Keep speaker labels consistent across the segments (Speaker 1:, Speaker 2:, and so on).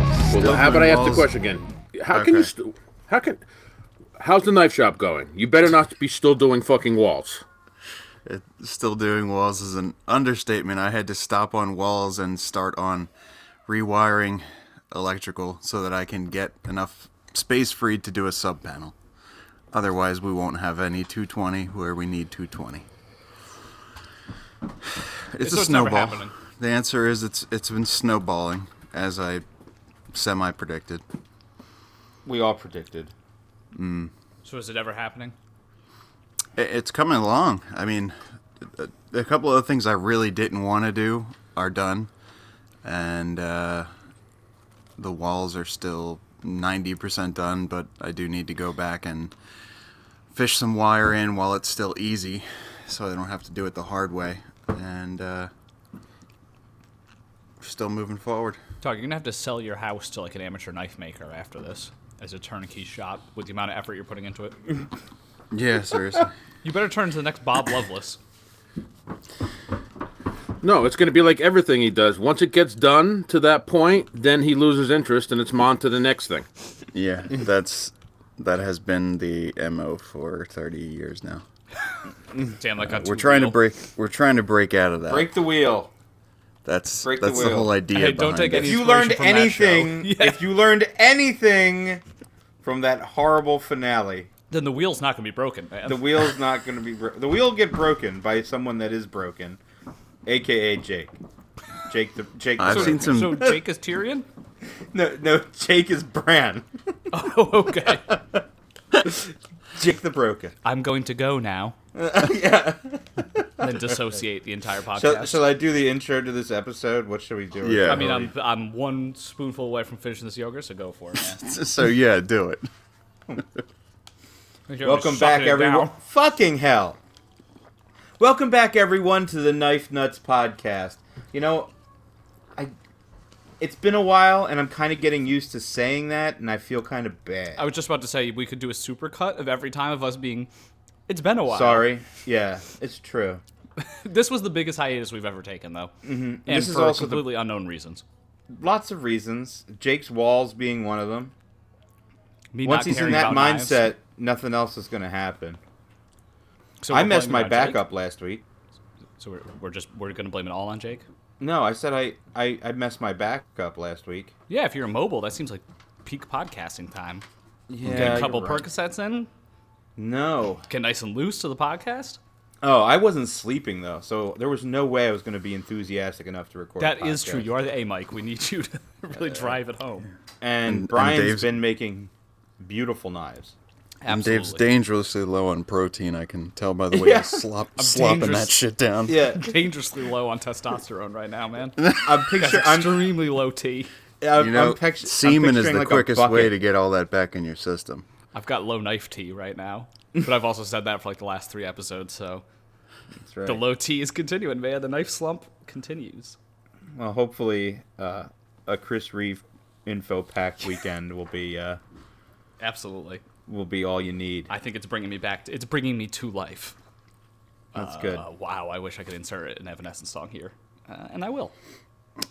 Speaker 1: how about I ask the
Speaker 2: balls.
Speaker 1: question again? How can you?
Speaker 2: Okay.
Speaker 1: St- how can? How's the knife shop going? You better not be still doing fucking walls.
Speaker 2: It, still doing walls is an understatement. I had to stop on walls and start on rewiring electrical so that I can get enough space free to do a sub panel. Otherwise, we won't have any 220 where we need 220. It's
Speaker 3: So
Speaker 2: a
Speaker 3: it's never
Speaker 2: snowball.
Speaker 3: happening.
Speaker 2: The answer is it's it's been snowballing as I semi predicted.
Speaker 4: We all predicted.
Speaker 3: So is it ever happening?
Speaker 2: I- It's coming along. I mean, a- a couple of things I really didn't want to do are done, and uh, the walls are still 90% done, but I do need to go back and fish some wire in while it's still easy so I don't have to do it the hard way. And uh, still moving forward.
Speaker 3: Dog, you're gonna have to sell your house to like an amateur knife maker after this as a turnkey shop with the amount of effort you're putting into it.
Speaker 2: Yeah, seriously.
Speaker 3: You better turn into the next Bob Lovelace.
Speaker 1: No, it's going to be like everything he does. Once it gets done to that point, then he loses interest and it's on to the next thing.
Speaker 2: yeah, that's that has been the MO for 30 years now.
Speaker 3: Damn, like
Speaker 2: We're trying to break. We're trying to break out of that.
Speaker 4: Break the wheel.
Speaker 2: that's
Speaker 4: break the
Speaker 2: that's the,
Speaker 4: wheel.
Speaker 2: whole idea.
Speaker 3: Hey,
Speaker 2: behind
Speaker 3: don't take
Speaker 2: it.
Speaker 4: If
Speaker 3: any-
Speaker 4: you
Speaker 3: inspiration
Speaker 4: learned
Speaker 3: from that
Speaker 4: anything,
Speaker 3: show. Yeah.
Speaker 4: if you learned anything from that horrible finale,
Speaker 3: Then the wheel's not gonna be broken, man.
Speaker 4: the wheel's not going to be. Bro- the wheel will get broken by someone that is broken, aka Jake. Jake the Jake. the
Speaker 2: I've
Speaker 4: Broken.
Speaker 2: seen some.
Speaker 3: so Jake is Tyrion.
Speaker 4: No, no, Jake is Bran.
Speaker 3: Oh, okay.
Speaker 4: Jake the Broken.
Speaker 3: I'm going to go now.
Speaker 4: yeah.
Speaker 3: Then dissociate the entire
Speaker 4: Shall,
Speaker 3: podcast.
Speaker 4: shall I do the intro to this episode? What should we do?
Speaker 2: Yeah.
Speaker 3: I mean, I'm I'm one spoonful away from finishing this yogurt, so go for it, man.
Speaker 2: so yeah, do it.
Speaker 3: You're
Speaker 4: Welcome
Speaker 3: just
Speaker 4: back,
Speaker 3: sucking it
Speaker 4: everyone.
Speaker 3: down.
Speaker 4: Fucking hell. Welcome back, everyone, to the Knife Nuts podcast. You know, I. It's been a while, and I'm kind of getting used to saying that, and I feel kind of bad.
Speaker 3: I was just about to say we could do a supercut of every time of us being. It's been a while.
Speaker 4: Sorry. Yeah, it's true.
Speaker 3: This was the biggest hiatus we've ever taken, though, mm-hmm. and
Speaker 4: This is
Speaker 3: for
Speaker 4: also the-
Speaker 3: completely unknown reasons.
Speaker 4: Lots of reasons. Jake's walls being one of them.
Speaker 3: Me
Speaker 4: Once
Speaker 3: not
Speaker 4: he's in
Speaker 3: caring
Speaker 4: that
Speaker 3: about
Speaker 4: mindset,
Speaker 3: knives.
Speaker 4: nothing else is going to happen.
Speaker 3: So
Speaker 4: I
Speaker 3: we're
Speaker 4: messed
Speaker 3: blaming
Speaker 4: my
Speaker 3: on
Speaker 4: back
Speaker 3: Jake?
Speaker 4: up last week.
Speaker 3: So we're, we're just we're gonna blame it all on Jake.
Speaker 4: No, I said I, I, I messed my back up last week.
Speaker 3: Yeah, if you're immobile, that seems like peak podcasting time.
Speaker 4: Yeah,
Speaker 3: Get a couple Percocets in,
Speaker 4: No.
Speaker 3: get nice and loose to the podcast.
Speaker 4: Oh, I wasn't sleeping though, so there was no way I was going to be enthusiastic enough to record.
Speaker 3: That
Speaker 4: a
Speaker 3: is true.
Speaker 4: podcast.
Speaker 3: You are the A mic. We need you to really drive it home.
Speaker 4: and,
Speaker 2: and
Speaker 4: Brian's
Speaker 2: Dave's-
Speaker 4: been making beautiful knives.
Speaker 2: And Dave's
Speaker 3: Absolutely.
Speaker 2: dangerously low on protein. I can tell by the way
Speaker 4: Yeah.
Speaker 2: he's slop, slopping
Speaker 3: dangerous.
Speaker 2: that shit down.
Speaker 4: Yeah,
Speaker 3: dangerously low on testosterone right now, man.
Speaker 4: I'm picturing. I'm,
Speaker 3: Extremely low T.
Speaker 4: I'm,
Speaker 2: You know,
Speaker 4: I'm pictu- I'm
Speaker 2: semen is
Speaker 4: picturing,
Speaker 2: the
Speaker 4: like, a
Speaker 2: quickest way
Speaker 4: bucket.
Speaker 2: to get all that back in your system.
Speaker 3: I've got low knife T right now, but I've also said that for like the last three episodes. So
Speaker 4: That's right.
Speaker 3: the low T is continuing, man. The knife slump continues.
Speaker 4: well, hopefully, uh, a Chris Reeve info pack weekend will be uh,
Speaker 3: Absolutely.
Speaker 4: will be all you need.
Speaker 3: I think it's bringing me back. To, it's bringing me to life.
Speaker 4: That's good.
Speaker 3: Uh, wow, I wish I could insert an Evanescence song here, uh, and I will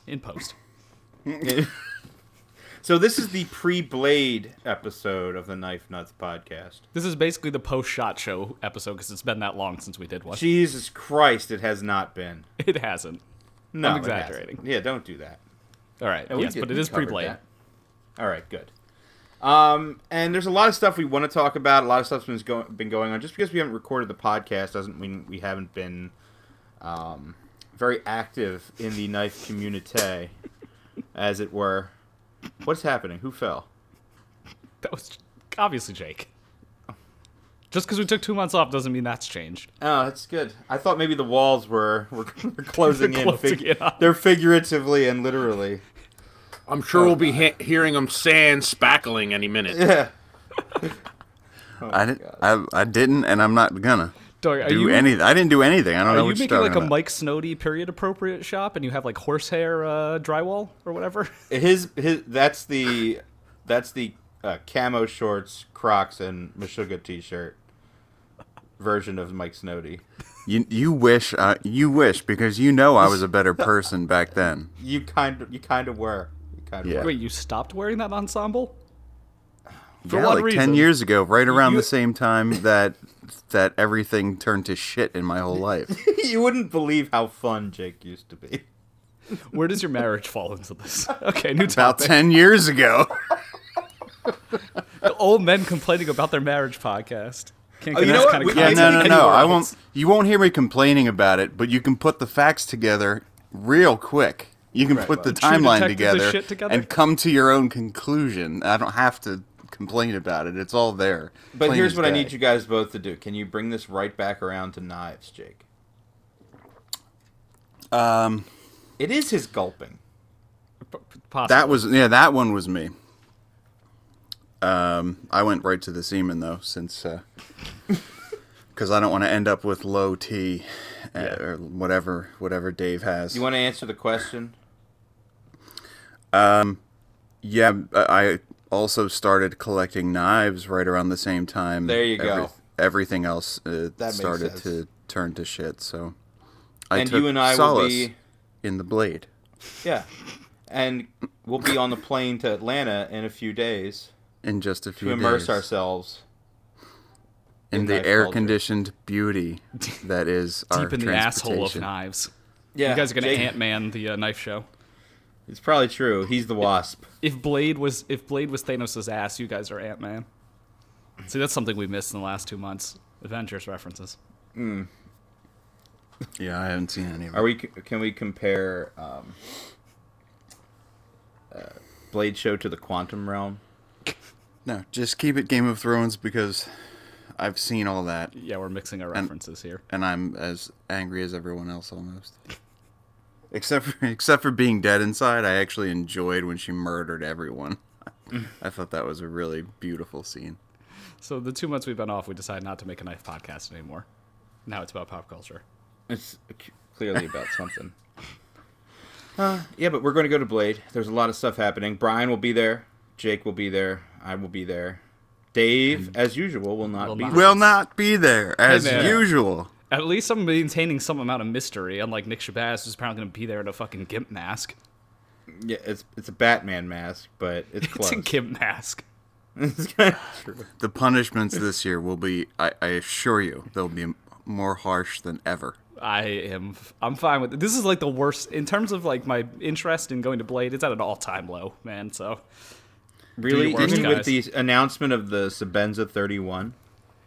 Speaker 3: in post.
Speaker 4: So this is the pre-blade episode of the Knife Nuts podcast.
Speaker 3: This is basically the post shot show episode because it's been that long since we did one.
Speaker 4: Jesus Christ, it has not been.
Speaker 3: It hasn't.
Speaker 4: No,
Speaker 3: I'm
Speaker 4: it hasn't.
Speaker 3: exaggerating.
Speaker 4: Yeah, don't do that.
Speaker 3: All right.
Speaker 4: Oh, We
Speaker 3: yes,
Speaker 4: did-
Speaker 3: but it
Speaker 4: we
Speaker 3: is
Speaker 4: covered
Speaker 3: pre-played.
Speaker 4: that. All right, good. Um, and there's a lot of stuff we want to talk about. A lot of stuff's been going been going on. Just because we haven't recorded the podcast doesn't mean we haven't been um, very active in the knife community, as it were. What's happening? Who fell?
Speaker 3: That was obviously Jake. Just because we took two months off doesn't mean that's changed.
Speaker 4: Oh, that's good. I thought maybe the walls were were, were closing in.
Speaker 3: Closing
Speaker 4: fig-
Speaker 3: it up.
Speaker 4: They're figuratively and literally.
Speaker 1: I'm sure we'll be he- hearing him sand spackling any minute.
Speaker 4: Yeah. Oh
Speaker 2: I didn't. I, I didn't, and I'm not gonna
Speaker 3: Dog, are
Speaker 2: do
Speaker 3: you,
Speaker 2: anything. I didn't do anything. I don't
Speaker 3: Are
Speaker 2: know
Speaker 3: you
Speaker 2: what you're
Speaker 3: making
Speaker 2: talking
Speaker 3: like a
Speaker 2: about.
Speaker 3: Mike Snowdy period appropriate shop, and you have like horsehair uh, drywall or whatever?
Speaker 4: his his that's the that's the uh, camo shorts, Crocs, and Meshuggah t-shirt version of Mike Snowdy.
Speaker 2: You you wish. Uh, you wish because you know I was a better person back then.
Speaker 4: You kind of you kind of were. You God,
Speaker 2: Yeah.
Speaker 3: Wait, you stopped wearing that ensemble?
Speaker 2: yeah,
Speaker 3: what
Speaker 2: like
Speaker 3: reason?
Speaker 2: ten years ago, right around
Speaker 3: You-
Speaker 2: the same time that that everything turned to shit in my whole life.
Speaker 4: you wouldn't believe how fun Jake used to be.
Speaker 3: Where does your marriage fall into this? Okay, new
Speaker 2: About
Speaker 3: topic.
Speaker 2: ten years ago.
Speaker 3: Old men complaining about their marriage podcast. Can't
Speaker 4: Oh, you
Speaker 3: get
Speaker 4: know
Speaker 3: that
Speaker 4: what?
Speaker 3: kind of
Speaker 4: We-
Speaker 2: Yeah,
Speaker 4: It's
Speaker 2: no, no,
Speaker 4: like
Speaker 2: no.
Speaker 4: anywhere
Speaker 2: I
Speaker 4: else.
Speaker 2: won't. You won't hear me complaining about it, but you can put the facts together real quick. You can put the
Speaker 3: True
Speaker 2: timeline
Speaker 3: detective is
Speaker 2: together,
Speaker 3: shit together.
Speaker 2: and come to your own conclusion. I don't have to complain about it. It's all there.
Speaker 4: But
Speaker 2: plain
Speaker 4: here's
Speaker 2: as
Speaker 4: what I
Speaker 2: day.
Speaker 4: need you guys both to do. Can you bring this right back around to knives, Jake?
Speaker 2: Um,
Speaker 4: It is his gulping.
Speaker 3: Possible.
Speaker 2: that was yeah. That one was me. Um, I went right to the semen though, since because I don't want to end up with low T uh, or whatever whatever Dave has.
Speaker 4: You want to answer the question?
Speaker 2: Yeah, I I also started collecting knives right around the same time.
Speaker 4: There you go.
Speaker 2: Everything else uh,
Speaker 4: makes
Speaker 2: started
Speaker 4: sense.
Speaker 2: to turn to shit. So I
Speaker 4: and
Speaker 2: took
Speaker 4: you and I will
Speaker 2: solace
Speaker 4: be
Speaker 2: in the blade.
Speaker 4: yeah, and we'll be on the plane to Atlanta in a few days
Speaker 2: In just a few
Speaker 4: to immerse
Speaker 2: days,
Speaker 4: ourselves.
Speaker 2: in
Speaker 4: in
Speaker 2: the
Speaker 4: knife
Speaker 2: air-conditioned beauty that is our
Speaker 3: deep in the asshole of
Speaker 2: transportation.
Speaker 3: knives.
Speaker 4: Yeah,
Speaker 3: You guys are gonna
Speaker 4: Jake-
Speaker 3: Ant Man the uh, knife show.
Speaker 4: It's probably true. He's the wasp.
Speaker 3: If Blade was if Blade was Thanos' ass, you guys are Ant Man. See, that's something we missed in the last two months. Avengers references.
Speaker 2: Yeah, I haven't seen any of
Speaker 4: Are
Speaker 2: it.
Speaker 4: we? Can we compare um, uh, Blade Show to the Quantum Realm?
Speaker 2: No, just keep it Game of Thrones because I've seen all that,
Speaker 3: Yeah, we're mixing our references here.
Speaker 2: and I'm as angry as everyone else almost. Except for except for being dead inside, I actually enjoyed when she murdered everyone.
Speaker 3: Mm.
Speaker 2: I thought that was a really beautiful scene.
Speaker 3: So the two months we've been off, we decided not to make a knife podcast anymore. Now it's about pop culture.
Speaker 4: It's c- clearly about something. Uh, yeah, but we're going to go to Blade. There's a lot of stuff happening. Brian will be there. Jake will be there. I will be there. Dave, as usual, will not
Speaker 3: Will
Speaker 4: be.
Speaker 3: not.
Speaker 4: there.
Speaker 2: Will not be there as
Speaker 3: Hey there.
Speaker 2: usual.
Speaker 3: At least I'm maintaining some amount of mystery, unlike Nick Shabazz, who's apparently going to be there in a fucking gimp mask.
Speaker 4: Yeah, it's it's a Batman mask, but it's close.
Speaker 3: It's a gimp mask.
Speaker 2: The punishments this year will be, I, I assure you, they'll be more harsh than ever.
Speaker 3: I am. I'm fine with it. This is like the worst in terms of like my interest in going to Blade. It's at an all-time low, man. So
Speaker 4: really,
Speaker 3: worst,
Speaker 4: even with the
Speaker 3: guys.
Speaker 4: announcement of the Sabenza 31.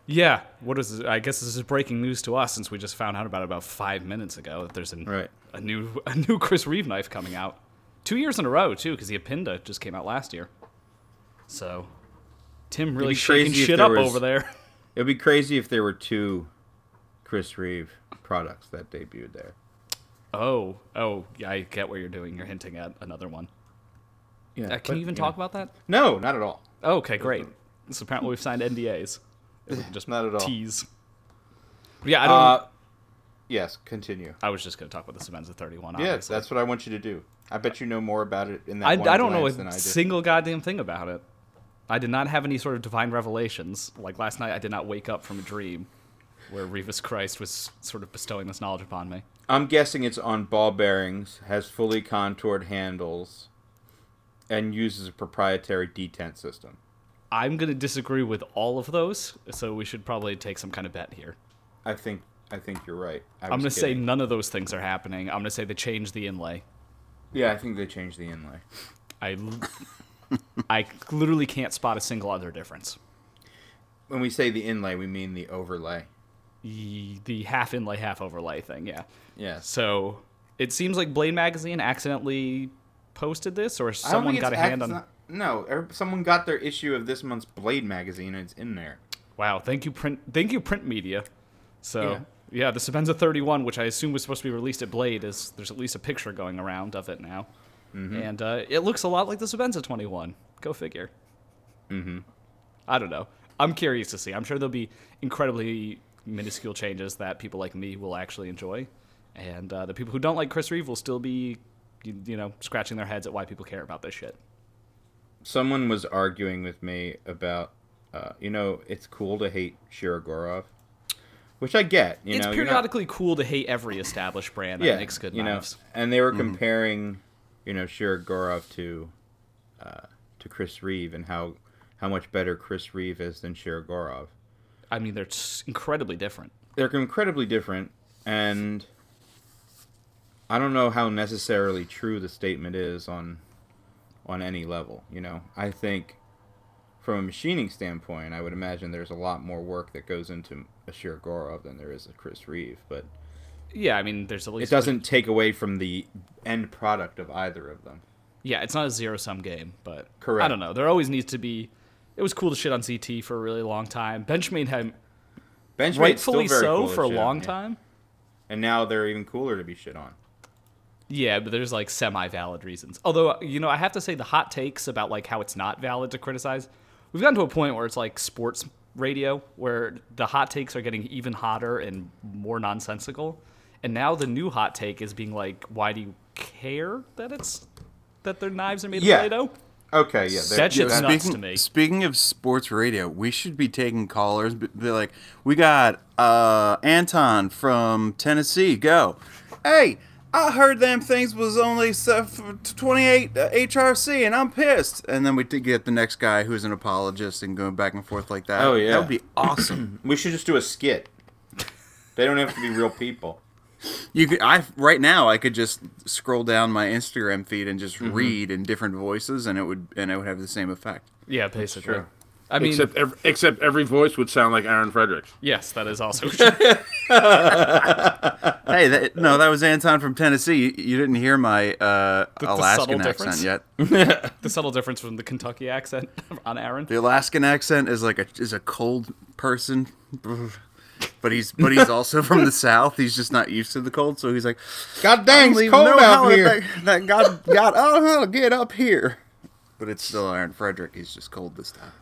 Speaker 3: yeah. What is? This? I guess this is breaking news to us since we just found out about it about five minutes ago that there's an,
Speaker 4: Right.
Speaker 3: a new a new Chris Reeve knife coming out, two years in a row too, because the Appinda just came out last year. So Tim really
Speaker 4: be
Speaker 3: shaking
Speaker 4: crazy if
Speaker 3: shit
Speaker 4: there
Speaker 3: up
Speaker 4: was-
Speaker 3: over there.
Speaker 4: It'd be crazy if there were two Chris Reeve products that debuted there.
Speaker 3: Oh, oh, yeah, I get what you're doing. You're hinting at another one.
Speaker 4: Yeah,
Speaker 3: Uh, can you even talk about that?
Speaker 4: No, not at all.
Speaker 3: Oh, okay, great. So apparently we've signed NDAs. If we can just
Speaker 4: Not at all.
Speaker 3: tease. But yeah, I don't.
Speaker 4: Uh, yes, continue.
Speaker 3: I was just going to talk about the Savenza 31.
Speaker 4: Yeah,
Speaker 3: obviously.
Speaker 4: that's what I want you to do. I bet you know more about it in that
Speaker 3: I,
Speaker 4: one
Speaker 3: I don't know
Speaker 4: glance than I
Speaker 3: a
Speaker 4: do.
Speaker 3: single goddamn thing about it. I did not have any sort of divine revelations. Like last night, I did not wake up from a dream where Revis Christ was sort of bestowing this knowledge upon me.
Speaker 4: I'm guessing it's on ball bearings, has fully contoured handles, and uses a proprietary detent system.
Speaker 3: I'm going to disagree with all of those, so we should probably take some kind of bet here.
Speaker 4: I think I think you're right. I
Speaker 3: I'm
Speaker 4: was
Speaker 3: gonna say
Speaker 4: kidding.
Speaker 3: none of those things are happening. I'm gonna say they changed the inlay.
Speaker 4: yeah. I think they changed the inlay.
Speaker 3: I, l- I literally can't spot a single other difference.
Speaker 4: When we say the inlay, we mean the overlay.
Speaker 3: The, the half inlay, half overlay thing, yeah.
Speaker 4: Yes.
Speaker 3: So it seems like Blade Magazine accidentally posted this, or someone got a hand on.
Speaker 4: No, er- someone got their issue of this month's Blade magazine, and it's in there.
Speaker 3: Wow, thank you print, thank you print media. So
Speaker 4: Yeah.
Speaker 3: yeah, the Sabenza 31, which I assume was supposed to be released at Blade, is there's at least a picture going around of it now,
Speaker 4: Mm-hmm.
Speaker 3: and uh, it looks a lot like the Sabenza 21. Go figure. Mm-hmm. I don't know. I'm curious to see. I'm sure there'll be incredibly minuscule changes that people like me will actually enjoy, and uh, the people who don't like Chris Reeve will still be, you, you know, scratching their heads at why people care about this shit.
Speaker 4: Someone was arguing with me about, uh, you know, it's cool to hate Shirogorov, which I get. You
Speaker 3: it's
Speaker 4: know, you're not-
Speaker 3: periodically cool to hate every established brand that makes good
Speaker 4: you
Speaker 3: knives.
Speaker 4: Know, and they were comparing, you know, Shirogorov to uh, to Chris Reeve and how how much better Chris Reeve is than Shirogorov.
Speaker 3: I mean, they're s- incredibly different.
Speaker 4: They're incredibly different, and I don't know how necessarily true the statement is on on any level. You know, I think from a machining standpoint, I would imagine there's a lot more work that goes into a Shirogorov than there is a Chris Reeve, but
Speaker 3: Yeah, I mean, there's at
Speaker 4: it
Speaker 3: least
Speaker 4: doesn't take away from the end product of either of them.
Speaker 3: Yeah, it's not a zero sum game, but I
Speaker 4: Correct.
Speaker 3: don't know. There always needs to be. It was cool to shit on CT for a really long time. Benchmade had
Speaker 4: Benchmade's still
Speaker 3: rightfully
Speaker 4: very
Speaker 3: so
Speaker 4: cool to
Speaker 3: for a
Speaker 4: shit
Speaker 3: long
Speaker 4: on, yeah.
Speaker 3: time.
Speaker 4: and now they're even cooler to be shit on.
Speaker 3: Yeah, but there's like semi valid reasons. Although, you know, I have to say the hot takes about like how it's not valid to criticize, we've gotten to a point where it's like sports radio where the hot takes are getting even hotter and more nonsensical. And now the new hot take is being like, why do you care that it's that their knives are made
Speaker 4: Yeah.
Speaker 3: of Play-Doh?
Speaker 4: Okay, yeah, they're-
Speaker 3: That shit's
Speaker 4: yeah,
Speaker 3: nuts to me.
Speaker 2: Speaking of sports radio, we should be taking callers. b- Be like, we got uh, Anton from Tennessee. Go. Hey, I heard them things was only set for t- 28 uh, HRC, and I'm pissed. And then we did get the next guy who's an apologist and going back and forth like that.
Speaker 4: Oh, yeah.
Speaker 2: that would be awesome.
Speaker 4: we should just do a skit. They don't have to be real people.
Speaker 2: you could, I right now I could just scroll down my Instagram feed and just
Speaker 3: Mm-hmm.
Speaker 2: read in different voices, and it would and it would have the same effect.
Speaker 3: Yeah, basically.
Speaker 4: true.
Speaker 3: I mean,
Speaker 1: except every, except every voice would sound like Aaron Fredericks.
Speaker 3: yes, that is also true.
Speaker 2: Hey, that, no, that was Anton from Tennessee. You, you didn't hear my uh,
Speaker 3: the
Speaker 2: Alaskan
Speaker 3: subtle
Speaker 2: accent
Speaker 3: difference?
Speaker 2: yet.
Speaker 3: the subtle difference from the Kentucky accent on Aaron.
Speaker 2: The Alaskan accent is like a is a cold person, but he's but he's also from the South. He's just not used to the cold, so he's like,
Speaker 4: God
Speaker 2: "I
Speaker 4: dang,
Speaker 2: don't
Speaker 4: it's
Speaker 2: even
Speaker 4: cold
Speaker 2: know how
Speaker 4: out here.
Speaker 2: That, that God God, I don't know how to get up here." But it's still Aaron Frederick. He's just cold this time.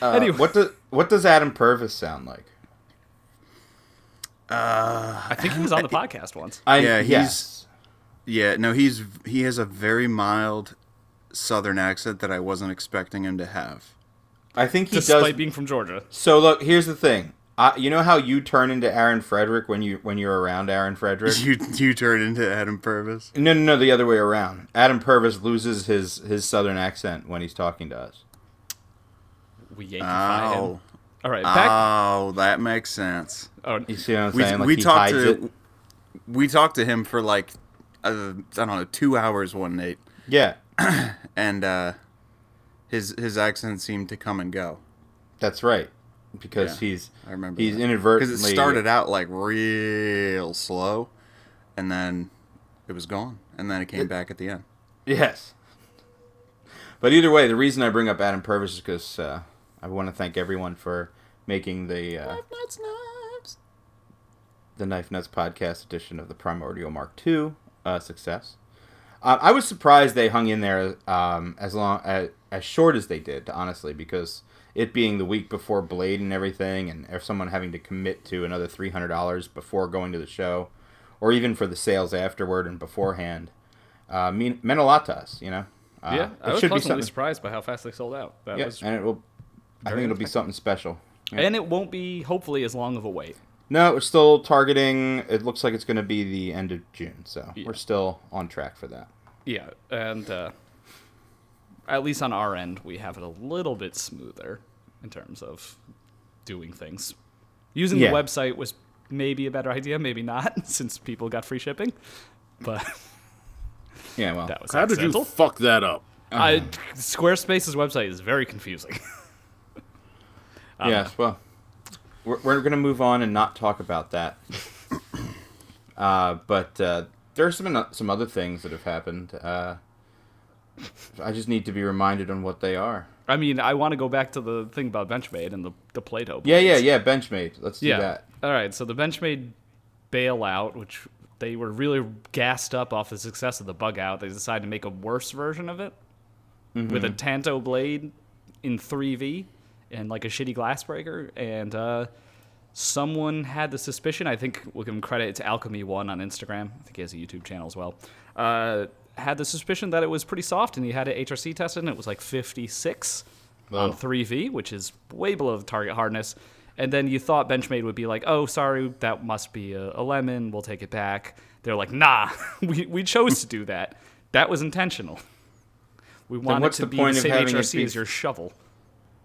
Speaker 4: Uh,
Speaker 3: Anyway.
Speaker 4: what does what does Adam Purvis sound like?
Speaker 3: I think he was on the podcast once.
Speaker 4: I,
Speaker 2: Yeah, he's-
Speaker 4: yes.
Speaker 2: Yeah, no, he's he has a very mild Southern accent that I wasn't expecting him to have.
Speaker 4: I think he
Speaker 3: Despite
Speaker 4: does.
Speaker 3: being from Georgia.
Speaker 4: so look, here's the thing. I, you know how you turn into Aaron Frederick when you when you're around Aaron Frederick.
Speaker 2: You you turn into Adam Purvis.
Speaker 4: No, no, no, the other way around. Adam Purvis loses his his southern accent when he's talking to us.
Speaker 3: We Yankeefy him.
Speaker 2: Oh,
Speaker 3: All right, back.
Speaker 2: oh, that makes sense.
Speaker 3: oh,
Speaker 4: You see what I'm
Speaker 2: We,
Speaker 4: saying? Like
Speaker 2: we
Speaker 4: he
Speaker 2: talked
Speaker 4: hides
Speaker 2: to
Speaker 4: it.
Speaker 2: we talked to him for like uh, I don't know two hours one night,
Speaker 4: Yeah,
Speaker 2: and uh, his his accent seemed to come and go.
Speaker 4: that's right. Because
Speaker 2: Yeah,
Speaker 4: he's
Speaker 2: I remember
Speaker 4: he's
Speaker 2: that.
Speaker 4: inadvertently
Speaker 2: it started out like real slow, and then it was gone, and then it came back at the end.
Speaker 4: Yes. But either way, the reason I bring up Adam Purvis is because uh, I want to thank everyone for making the uh, the Knife Nuts podcast edition of the Primordial Mark II a success. Uh, I was surprised they hung in there um, as long as, as short as they did, honestly, because it being the week before Blade and everything, and if someone having to commit to another three hundred dollars before going to the show, or even for the sales afterward and beforehand, uh, mean, meant a lot to us. You know, uh,
Speaker 3: yeah, I
Speaker 4: it
Speaker 3: was
Speaker 4: should be
Speaker 3: pleasantly
Speaker 4: something.
Speaker 3: surprised by how fast they sold out. That
Speaker 4: Yeah,
Speaker 3: was,
Speaker 4: and it will. I think it'll be something special. Yeah.
Speaker 3: and it won't be hopefully as long of a wait.
Speaker 4: No, we're still targeting. It looks like it's going to be the end of June, so we're still on track for that.
Speaker 3: Yeah, and uh, at least on our end, we have it a little bit smoother in terms of doing things. Using
Speaker 4: Yeah.
Speaker 3: the website was maybe a better idea, maybe not, since people got free shipping. But
Speaker 4: Yeah, well,
Speaker 3: that was
Speaker 1: How did you
Speaker 3: accidental.
Speaker 1: fuck that up?
Speaker 4: Uh-huh.
Speaker 3: I, Squarespace's website is very confusing. um,
Speaker 4: yes, well, we're, we're going to move on and not talk about that. uh, but uh, there are some some other things that have happened. Uh, I just need to be reminded on what they are.
Speaker 3: I mean, I want to go back to the thing about Benchmade and the, the Play-Doh.
Speaker 4: Yeah, yeah,
Speaker 3: blades.
Speaker 4: yeah. Benchmade. Let's do
Speaker 3: yeah.
Speaker 4: that.
Speaker 3: All right, so the Benchmade bailout, which they were really gassed up off the success of the bug out, they decided to make a worse version of it with a
Speaker 4: Mm-hmm.
Speaker 3: Tanto blade in 3V and like a shitty glass breaker. And uh, someone had the suspicion. I think we'll give him credit. to Alchemy One on Instagram. I think he has a YouTube channel as well. Uh, had the suspicion that it was pretty soft, and he had it HRC tested, and it was like 56 on 3V, which is way below the target hardness. And then you thought Benchmade would be like, "Oh, sorry, that must be a, a lemon. We'll take it back." They're like, "Nah, we we chose to do that. That was intentional." We want it
Speaker 4: what's
Speaker 3: to
Speaker 4: the
Speaker 3: be
Speaker 4: point
Speaker 3: the
Speaker 4: of
Speaker 3: same
Speaker 4: having a
Speaker 3: HRC as
Speaker 4: piece-
Speaker 3: your shovel.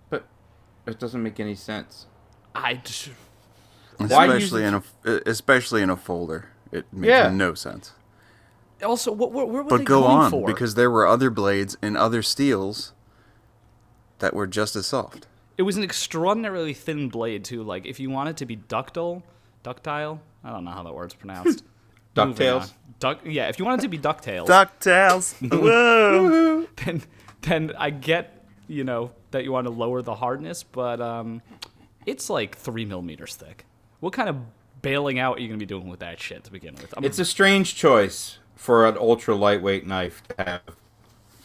Speaker 4: But it doesn't make any sense.
Speaker 3: I just,
Speaker 4: Why use
Speaker 2: especially in a e, especially in a folder. It makes
Speaker 4: Yeah.
Speaker 2: no sense.
Speaker 3: also what, what, what were
Speaker 2: But
Speaker 3: they
Speaker 2: go
Speaker 3: going
Speaker 2: on,
Speaker 3: for?
Speaker 2: because there were other blades and other steels that were just as soft.
Speaker 3: it was an extraordinarily thin blade too. Like if you want it to be ductile, ductile. I don't know how that word's pronounced. Moving
Speaker 4: Ducktales.
Speaker 3: on. Duck. Yeah, if you want it to be ductales,
Speaker 2: Ducktales. Whoa.
Speaker 3: then then I get you know that you want to lower the hardness, but um, it's like three millimeters thick. What kind of bailing out are you gonna be doing with that shit to begin with? I'm,
Speaker 4: It's a strange choice for an ultra lightweight knife to have.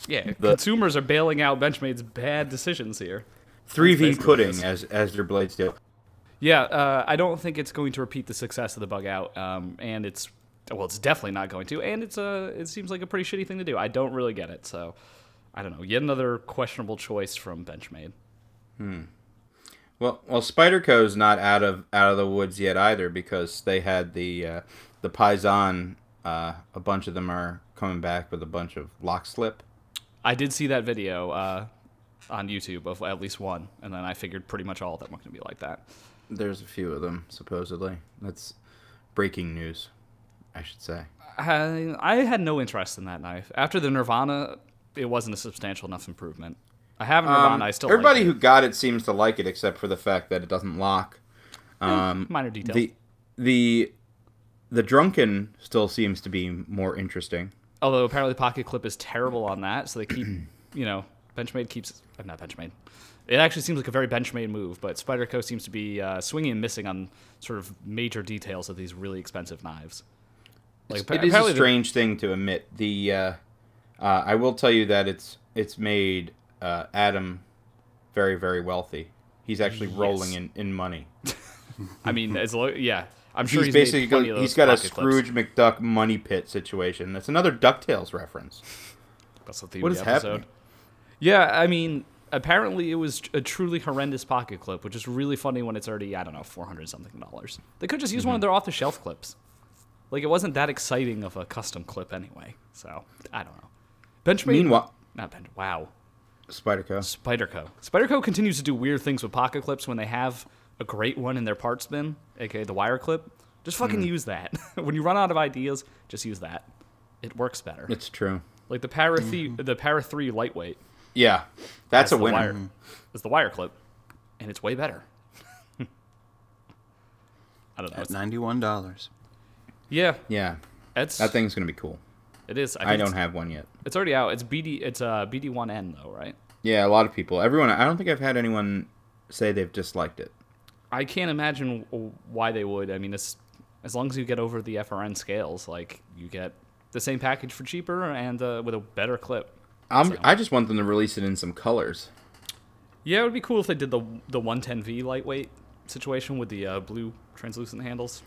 Speaker 3: yeah,
Speaker 4: the-
Speaker 3: consumers are bailing out Benchmade's bad decisions here.
Speaker 4: 3V
Speaker 3: basically what it
Speaker 4: pudding
Speaker 3: is.
Speaker 4: as as their blade steel.
Speaker 3: Yeah, uh, I don't think it's going to repeat the success of the bug out, um, and it's well, it's definitely not going to, and it's a it seems like a pretty shitty thing to do. I don't really get it, so I don't know. Yet another questionable choice from Benchmade.
Speaker 4: Well, well, Spyderco's not out of out of the woods yet either because they had the uh, the Paisan. Uh, a bunch of them are coming back with a bunch of lock slip.
Speaker 3: I did see that video uh, on YouTube of at least one, and then I figured pretty much all of them were going to be like that.
Speaker 4: There's a few of them supposedly. That's breaking news, I should say.
Speaker 3: I, I had no interest in that knife. After the Nirvana, it wasn't a substantial enough improvement. I have a Nirvana. I still
Speaker 4: Um, everybody
Speaker 3: like it.
Speaker 4: who got it seems to like it, except for the fact that it doesn't lock. Um,
Speaker 3: minor detail.
Speaker 4: the the the drunken still seems to be more interesting.
Speaker 3: Although apparently Pocket Clip is terrible on that, so they keep, you know, Benchmade keeps. uh, Not Benchmade. It actually seems like a very Benchmade move, but Spyderco seems to be uh, swinging and missing on sort of major details of these really expensive knives. Like appa-
Speaker 4: it is a
Speaker 3: apparently the-
Speaker 4: strange thing to admit. The uh, uh, I will tell you that it's it's made uh, Adam very very wealthy. He's actually rolling in, in money.
Speaker 3: I mean, as lo- yeah, I'm sure
Speaker 4: He's,
Speaker 3: he's, made
Speaker 4: basically
Speaker 3: 20
Speaker 4: go-
Speaker 3: of
Speaker 4: he's
Speaker 3: those
Speaker 4: got a
Speaker 3: Pocket Clips.
Speaker 4: Scrooge McDuck money pit situation. That's another Ducktales reference.
Speaker 3: That's the theme
Speaker 4: What
Speaker 3: of
Speaker 4: is
Speaker 3: the episode.
Speaker 4: happening?
Speaker 3: Yeah, I mean, apparently it was a truly horrendous pocket clip, which is really funny when it's already I don't know four hundred something dollars. They could just use one of their off the shelf clips. Like it wasn't that exciting of a custom clip anyway. So I don't know. Benchmade.
Speaker 4: Meanwhile,
Speaker 3: not Bench. Wow.
Speaker 4: Spyderco.
Speaker 3: Spyderco. Spyderco continues to do weird things with pocket clips when they have a great one in their parts bin, aka the wire clip. Just fucking use that. when you run out of ideas, just use that. It works better.
Speaker 4: It's true.
Speaker 3: Like the Para three, the Para three lightweight.
Speaker 4: Yeah, that's, a
Speaker 3: the
Speaker 4: winner.
Speaker 3: wire. It's Mm-hmm. the wire clip, and it's way better. I don't know.
Speaker 2: At
Speaker 3: It's-
Speaker 2: ninety-one dollars.
Speaker 3: yeah,
Speaker 4: Yeah,
Speaker 3: it's
Speaker 4: that thing's gonna be cool.
Speaker 3: it is. I, think
Speaker 4: I
Speaker 3: it's-
Speaker 4: don't have one yet.
Speaker 3: It's already out. It's BD. It's uh BD one N though, right?
Speaker 4: Yeah, a lot of people. Everyone. I don't think I've had anyone say they've disliked it.
Speaker 3: I can't imagine w- why they would. I mean, it's, as long as you get over the FRN scales, like you get the same package for cheaper and uh, with a better clip.
Speaker 4: I'm, I just want them to release it in some colors.
Speaker 3: Yeah, it would be cool if they did the the 110V lightweight situation with the uh, blue translucent handles.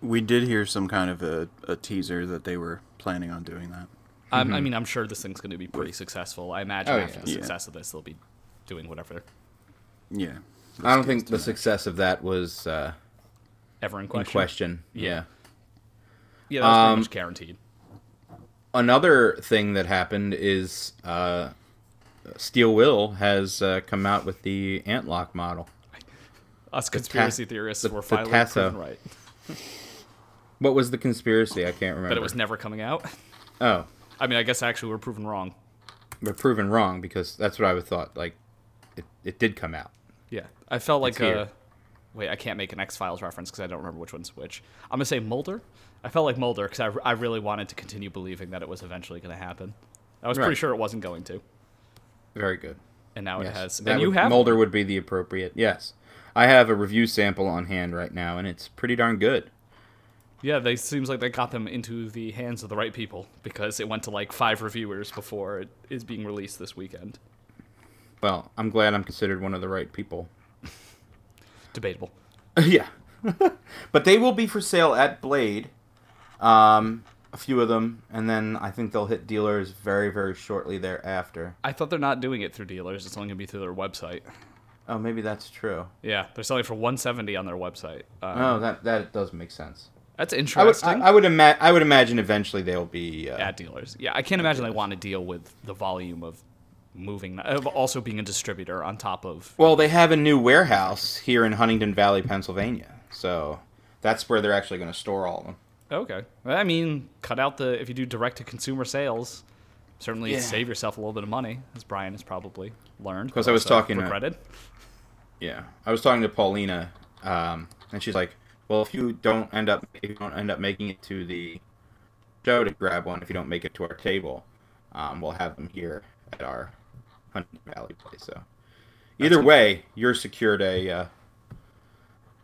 Speaker 2: We did hear some kind of a, a teaser that they were planning on doing that.
Speaker 3: I'm, I mean, I'm sure this thing's going to be pretty successful. I imagine
Speaker 4: Mm-hmm. Oh,
Speaker 3: after
Speaker 4: yeah.
Speaker 3: the
Speaker 2: Yeah.
Speaker 3: success of this, they'll be doing whatever
Speaker 2: Yeah.
Speaker 4: I don't think the success of that was uh,
Speaker 3: ever in
Speaker 4: in
Speaker 3: question. Mm-hmm.
Speaker 4: question. Yeah.
Speaker 3: Yeah, that's
Speaker 4: Um,
Speaker 3: pretty much guaranteed.
Speaker 4: Another thing that happened is uh, Steel Will has uh, come out with the Antlock model.
Speaker 3: Us conspiracy theorists
Speaker 4: the-
Speaker 3: were
Speaker 4: the
Speaker 3: finally
Speaker 4: Tasso.
Speaker 3: proven right
Speaker 4: What was the conspiracy? I can't remember.
Speaker 3: that it was never coming out.
Speaker 4: oh,
Speaker 3: I mean, I guess actually we're proven wrong.
Speaker 4: we're proven wrong because that's what I would thought. Like, it, it did come out.
Speaker 3: Yeah, I felt like
Speaker 4: here.
Speaker 3: uh Wait, I can't make an X Files reference because I don't remember which one's which. I'm gonna say Mulder. I felt like Mulder because I, I really wanted to continue believing that it was eventually gonna happen. I was
Speaker 4: Right.
Speaker 3: pretty sure it wasn't going to,
Speaker 4: Very good.
Speaker 3: and now
Speaker 4: Yes.
Speaker 3: it has.
Speaker 4: That
Speaker 3: And you
Speaker 4: would-
Speaker 3: have
Speaker 4: Mulder would be the appropriate. Yes, I have a review sample on hand right now, and it's pretty darn good.
Speaker 3: Yeah, they seems like they got them into the hands of the right people because it went to like five reviewers before it is being released this weekend.
Speaker 4: Well, I'm glad I'm considered one of the right people.
Speaker 3: Debatable.
Speaker 4: yeah, but they will be for sale at Blade. Um, a few of them, and then I think they'll hit dealers very, very shortly thereafter.
Speaker 3: I thought they're not doing it through dealers. It's only gonna be through their website.
Speaker 4: Oh, maybe that's true.
Speaker 3: Yeah, they're selling for 170 on their website. Uh,
Speaker 4: Oh, that that does make sense.
Speaker 3: that's
Speaker 4: I would,
Speaker 3: interesting.
Speaker 4: I, I would imagine, I would imagine eventually they'll be. Uh,
Speaker 3: At dealers, yeah, I can't imagine they want to deal with the volume of moving, of also being a distributor on top of.
Speaker 4: Well, they have a new warehouse here in Huntington Valley, Pennsylvania. So that's where they're actually going to store all of them.
Speaker 3: Okay, Well, I mean, cut out the if you do direct to consumer sales, certainly
Speaker 4: Yeah.
Speaker 3: save yourself a little bit of money, as Brian has probably learned.
Speaker 4: 'Course,
Speaker 3: but
Speaker 4: I was
Speaker 3: also
Speaker 4: talking uh, to-
Speaker 3: regretted.
Speaker 4: Yeah, I was talking to Paulina, um, and she's like, "Well, if you don't end up, if you don't end up making it to the show to grab one, if you don't make it to our table, um, we'll have them here at our Huntington Valley place." So, either way, you're secured a uh,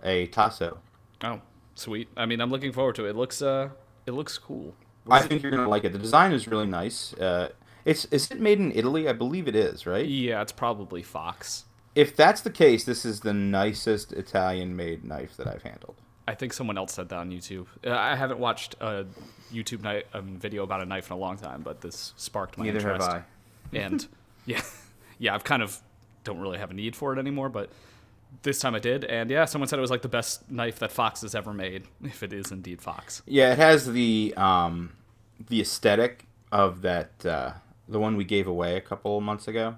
Speaker 4: a tasso.
Speaker 3: Oh, sweet. I mean, I'm looking forward to it. It looks uh, it looks cool.
Speaker 4: I think you're gonna like it. The design is really nice. Uh, it's is it made in Italy? I believe it is, right?
Speaker 3: Yeah, it's probably Fox.
Speaker 4: If that's the case, this is the nicest Italian-made knife that I've handled.
Speaker 3: I think someone else said that on YouTube. Uh, I haven't watched a YouTube ni- um, video about a knife in a long time, but this sparked my interest. And yeah, yeah, I've kind of don't really have a need for it anymore, but this time I did. And yeah, someone said it was like the best knife that Fox has ever made, if it is indeed Fox.
Speaker 4: Yeah, it has the um, the aesthetic of that uh, the one we gave away a couple of months ago,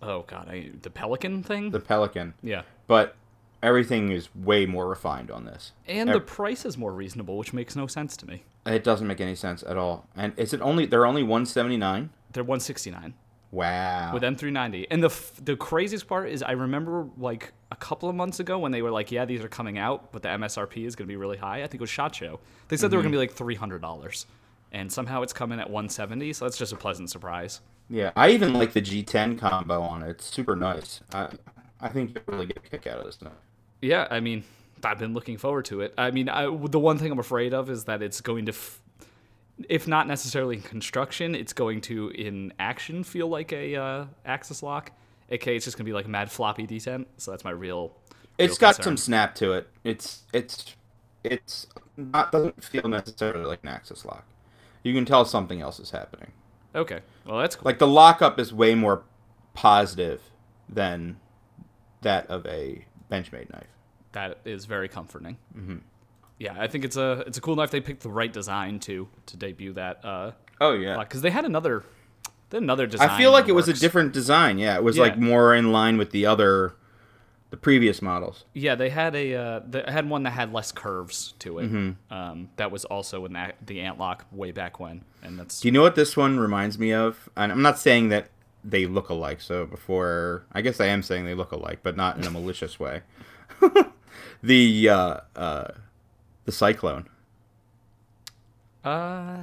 Speaker 3: Oh God, I, the Pelican thing.
Speaker 4: the Pelican.
Speaker 3: yeah,
Speaker 4: But everything is way more refined on this.
Speaker 3: and
Speaker 4: Ev-
Speaker 3: the price is more reasonable, which makes no sense to me.
Speaker 4: it doesn't make any sense at all. And is it only they're only 179?
Speaker 3: They're 169.
Speaker 4: Wow.
Speaker 3: with M390. And the f- the craziest part is I remember like a couple of months ago when they were like, yeah, these are coming out, but the MSRP is going to be really high. I think it was Shot Show. They said they were going to be like three hundred dollars, and somehow it's coming at one seventy. So that's just a pleasant surprise.
Speaker 4: yeah, I even like the G10 combo on it. It's super nice. I I think you'll really get a kick out of this knife.
Speaker 3: Yeah, I mean, I've been looking forward to it. I mean, I, the one thing I'm afraid of is that it's going to. F- if not necessarily in construction, it's going to in action feel like a uh, axis lock. AKA, it's just gonna be like mad floppy descent. So that's my real.
Speaker 4: It's
Speaker 3: real
Speaker 4: got
Speaker 3: concern.
Speaker 4: some snap to it. It's it's it's not doesn't feel necessarily like an axis lock. You can tell something else is happening.
Speaker 3: Okay, well that's cool.
Speaker 4: Like the lockup is way more positive than that of a benchmade knife.
Speaker 3: that is very comforting. Mm-hmm. Yeah, I think it's a it's a cool knife. They picked the right design too to debut that uh,
Speaker 4: Oh yeah.
Speaker 3: because they had another, they had another design.
Speaker 4: I feel like
Speaker 3: in
Speaker 4: it
Speaker 3: the
Speaker 4: was a
Speaker 3: works.
Speaker 4: different design. Yeah, it was like
Speaker 3: Yeah.
Speaker 4: more in line with the other, the previous models.
Speaker 3: Yeah, they had a uh, they had one that had less curves to it.
Speaker 4: Mm-hmm.
Speaker 3: Um, that was also in that the Antlock way back when, and that's
Speaker 4: Do you know what this one reminds me of? And I'm not saying that they look alike. So before, I guess I am saying they look alike, but not in a malicious way. the uh, uh, the cyclone.
Speaker 3: uh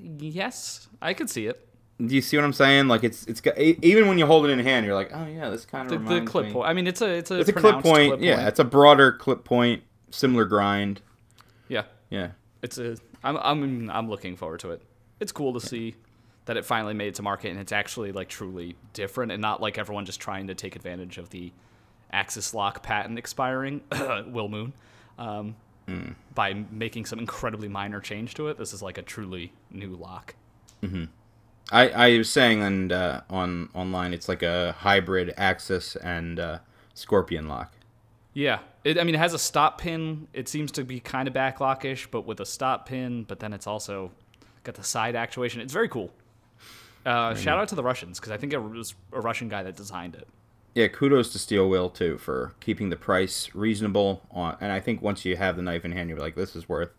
Speaker 3: yes, I could see it.
Speaker 4: Do you see what I'm saying? Like it's it's got, e- even when you hold it in hand, you're like, oh yeah, this kind of
Speaker 3: The, the
Speaker 4: reminds
Speaker 3: clip
Speaker 4: me.
Speaker 3: point. I mean, it's a it's a
Speaker 4: It's a clip
Speaker 3: pronounced
Speaker 4: point.
Speaker 3: clip
Speaker 4: yeah,
Speaker 3: point.
Speaker 4: it's a broader clip point, similar grind.
Speaker 3: yeah.
Speaker 4: Yeah.
Speaker 3: It's a I'm I'm I'm looking forward to it. It's cool to see that it finally made it to market and it's actually like truly different and not like everyone just trying to take advantage of the Axis Lock patent expiring. Will Moon. Um, By making some incredibly minor change to it, this is like a truly new lock.
Speaker 4: I, I was saying and uh, on online it's like a hybrid Axis and uh, Scorpion lock.
Speaker 3: Yeah, it, I mean, it has a stop pin. It seems to be kind of backlockish, but with a stop pin. But then it's also got the side actuation. It's very cool. Uh, shout out to the Russians because I think it was a Russian guy that designed it.
Speaker 4: Yeah, kudos to Steel Wheel too for keeping the price reasonable on and I think once you have the knife in hand you're like this is worth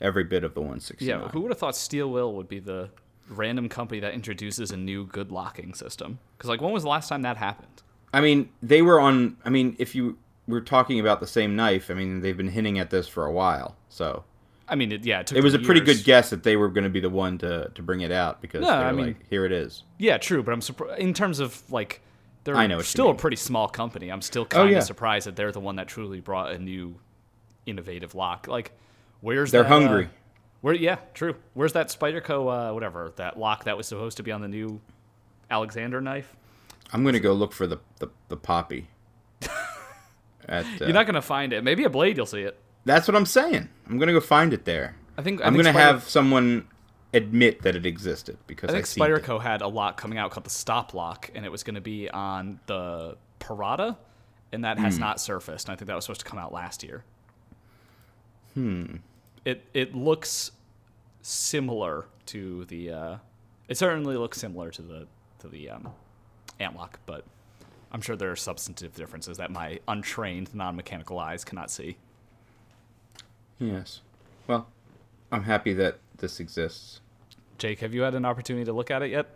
Speaker 4: every bit of the 160.
Speaker 3: Yeah, who would have thought Steel Will would be the random company that introduces a new good locking system? Because like, when was the last time that happened?
Speaker 4: I mean, they were on I mean, if you were talking about the same knife, I mean, they've been hitting at this for a while. So,
Speaker 3: I mean, it, yeah, it, took
Speaker 4: it was a
Speaker 3: them
Speaker 4: pretty
Speaker 3: years.
Speaker 4: good guess that they were going to be the one to to bring it out because
Speaker 3: No,
Speaker 4: they were
Speaker 3: I mean-
Speaker 4: like here it is.
Speaker 3: Yeah, true, but I'm surprised in terms of like they're
Speaker 4: I know what you
Speaker 3: still a
Speaker 4: mean. Oh,
Speaker 3: pretty small company. I'm still kind of
Speaker 4: yeah.
Speaker 3: surprised that they're the one that truly brought a new innovative lock. Like, where's
Speaker 4: They're
Speaker 3: that,
Speaker 4: hungry.
Speaker 3: Uh, where yeah, true. Where's that Spyderco uh, whatever that lock that was supposed to be on the new Alexander knife?
Speaker 4: I'm going to go look for the the, the poppy. At, uh,
Speaker 3: You're not gonna find it. Maybe a blade, you'll see it.
Speaker 4: That's what I'm saying. I'm gonna go find it there.
Speaker 3: I think I
Speaker 4: I'm
Speaker 3: think
Speaker 4: gonna
Speaker 3: Spyder-
Speaker 4: have someone admit that it existed because
Speaker 3: I
Speaker 4: I,
Speaker 3: think
Speaker 4: seen it.
Speaker 3: Spyderco had a lock coming out called the Stop Lock, and it was going to be on the Parada, and that has not surfaced. And I think that was supposed to come out last year. Hmm. It it looks similar to the. Uh, it certainly looks similar to the to the um, Antlock, but I'm sure there are substantive differences that my untrained, non-mechanical eyes cannot see.
Speaker 4: Yes. Well, I'm happy that this exists.
Speaker 3: Jake, have you had an opportunity to look at it yet,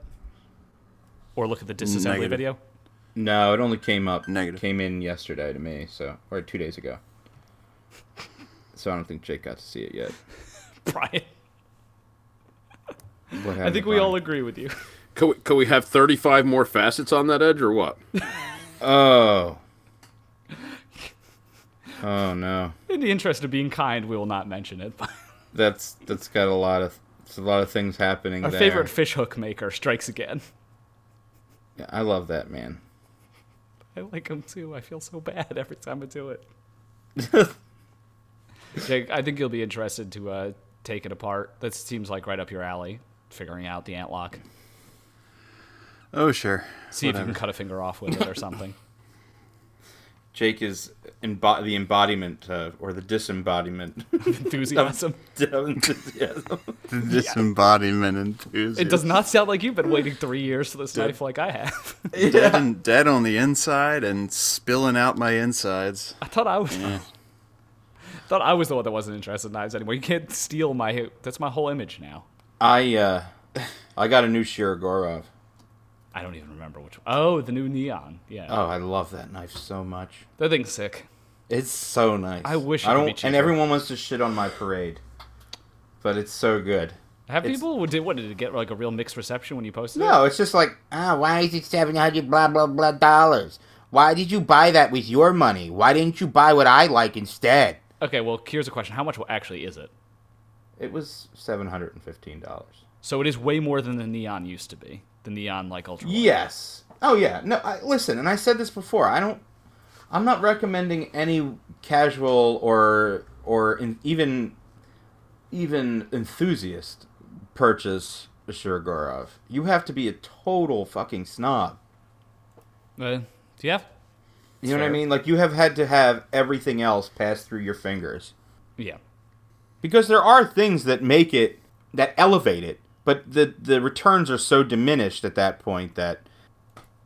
Speaker 3: or look at the disassembly
Speaker 2: Negative.
Speaker 3: video?
Speaker 4: No, it only came up
Speaker 2: Negative.
Speaker 4: Came in yesterday to me, so or two days ago. So I don't think Jake got to see it yet.
Speaker 3: Brian,
Speaker 4: What
Speaker 3: I think we all agree with you.
Speaker 1: Could we, could we have 35 more facets on that edge or what?
Speaker 4: Oh. Oh no.
Speaker 3: In the interest of being kind, we will not mention it. But
Speaker 4: That's that's got a lot of it's a lot of things happening.
Speaker 3: our
Speaker 4: there.
Speaker 3: favorite fishhook maker strikes again.
Speaker 4: Yeah, I love that man.
Speaker 3: I like him too. I feel so bad every time I do it. Jake, I think you'll be interested to uh, take it apart. That seems like right up your alley. Figuring out the antlock,
Speaker 2: Oh sure.
Speaker 3: see if you can cut a finger off with it or something.
Speaker 4: Jake is embo- the embodiment of, or the disembodiment
Speaker 3: Enthusiasm.
Speaker 4: of enthusiasm.
Speaker 2: Disembodiment enthusiast.
Speaker 3: It does not sound like you've been waiting three years for this knife like I have.
Speaker 2: Dead, and, dead on the inside and spilling out my insides.
Speaker 3: I thought I was. thought I was the one that wasn't interested in knives anymore. You can't steal my. That's my whole image now.
Speaker 4: I uh, I got a new Shirogorov.
Speaker 3: I don't even remember which. one. Oh, the new neon. Yeah,
Speaker 4: Oh, I love that knife so much.
Speaker 3: that thing's sick.
Speaker 4: It's so nice.
Speaker 3: I wish it
Speaker 4: I
Speaker 3: could
Speaker 4: don't.
Speaker 3: be cheaper.
Speaker 4: and everyone wants to shit on my parade, but it's so good.
Speaker 3: Have
Speaker 4: It's-
Speaker 3: people did what did it get like a real mixed reception when you posted it?
Speaker 4: No, it's just like, ah, why is it seven hundred blah blah blah dollars? Why did you buy that with your money? Why didn't you buy what I like instead?
Speaker 3: Okay, well here's a question: How much actually is it?
Speaker 4: It was seven hundred and fifteen dollars.
Speaker 3: So it is way more than the neon used to be. The neon like ultra.
Speaker 4: Yes. Oh yeah. No. I, listen, and I said this before. I don't. I'm not recommending any casual or or in, even even enthusiast purchase a Shurgorov. You have to be a total fucking snob.
Speaker 3: Uh, yeah.
Speaker 4: You know what I
Speaker 3: Fair.
Speaker 4: mean? Like you have had to have everything else pass through your fingers
Speaker 3: Yeah.
Speaker 4: because there are things that make it that elevate it, but the the returns are so diminished at that point that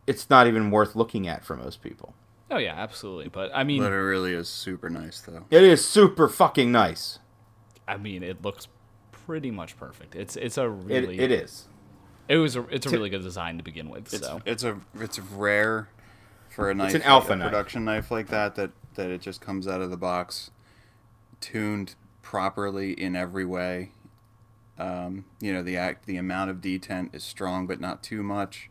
Speaker 4: it's not even worth looking at for most people.
Speaker 3: Oh yeah, absolutely. But I mean,
Speaker 2: But it really is super nice though.
Speaker 4: It is super fucking nice.
Speaker 3: I mean, it looks pretty much perfect. It's it's a
Speaker 4: It,
Speaker 3: really
Speaker 4: it is.
Speaker 3: it was a, it's a really good design to begin with.
Speaker 2: It's,
Speaker 3: So
Speaker 2: it's a it's rare for a knife.
Speaker 4: an alpha
Speaker 2: a
Speaker 4: knife.
Speaker 2: production knife like that that that it just comes out of the box, tuned properly in every way. Um, you know the act the amount of detent is strong but not too much.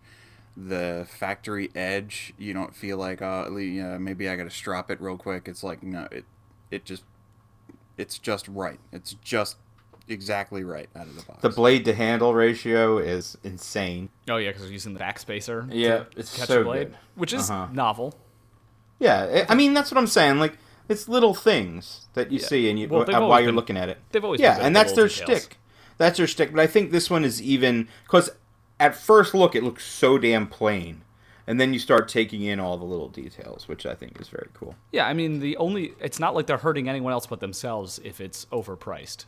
Speaker 2: The factory edge you don't feel like uh le- you know, maybe I got to strop it real quick. It's like no it it just it's just right. It's just exactly right out of the box.
Speaker 4: The blade to handle ratio is insane.
Speaker 3: oh yeah, because we're using the back spacer. to
Speaker 4: Yeah, it's
Speaker 3: catch
Speaker 4: so
Speaker 3: a blade,
Speaker 4: good.
Speaker 3: which is
Speaker 4: Uh-huh.
Speaker 3: novel.
Speaker 4: Yeah, it, I mean that's what I'm saying. Like it's little things that you see and you
Speaker 3: Well, they've
Speaker 4: uh, while
Speaker 3: always
Speaker 4: you're
Speaker 3: been-
Speaker 4: looking at it.
Speaker 3: they've always
Speaker 4: yeah,
Speaker 3: been good
Speaker 4: and that's
Speaker 3: little
Speaker 4: their
Speaker 3: details.
Speaker 4: shtick. That's their shtick. But I think this one is even because at first look it looks so damn plain, and then you start taking in all the little details, which I think is very cool.
Speaker 3: Yeah, I mean the only it's not like they're hurting anyone else but themselves if it's overpriced.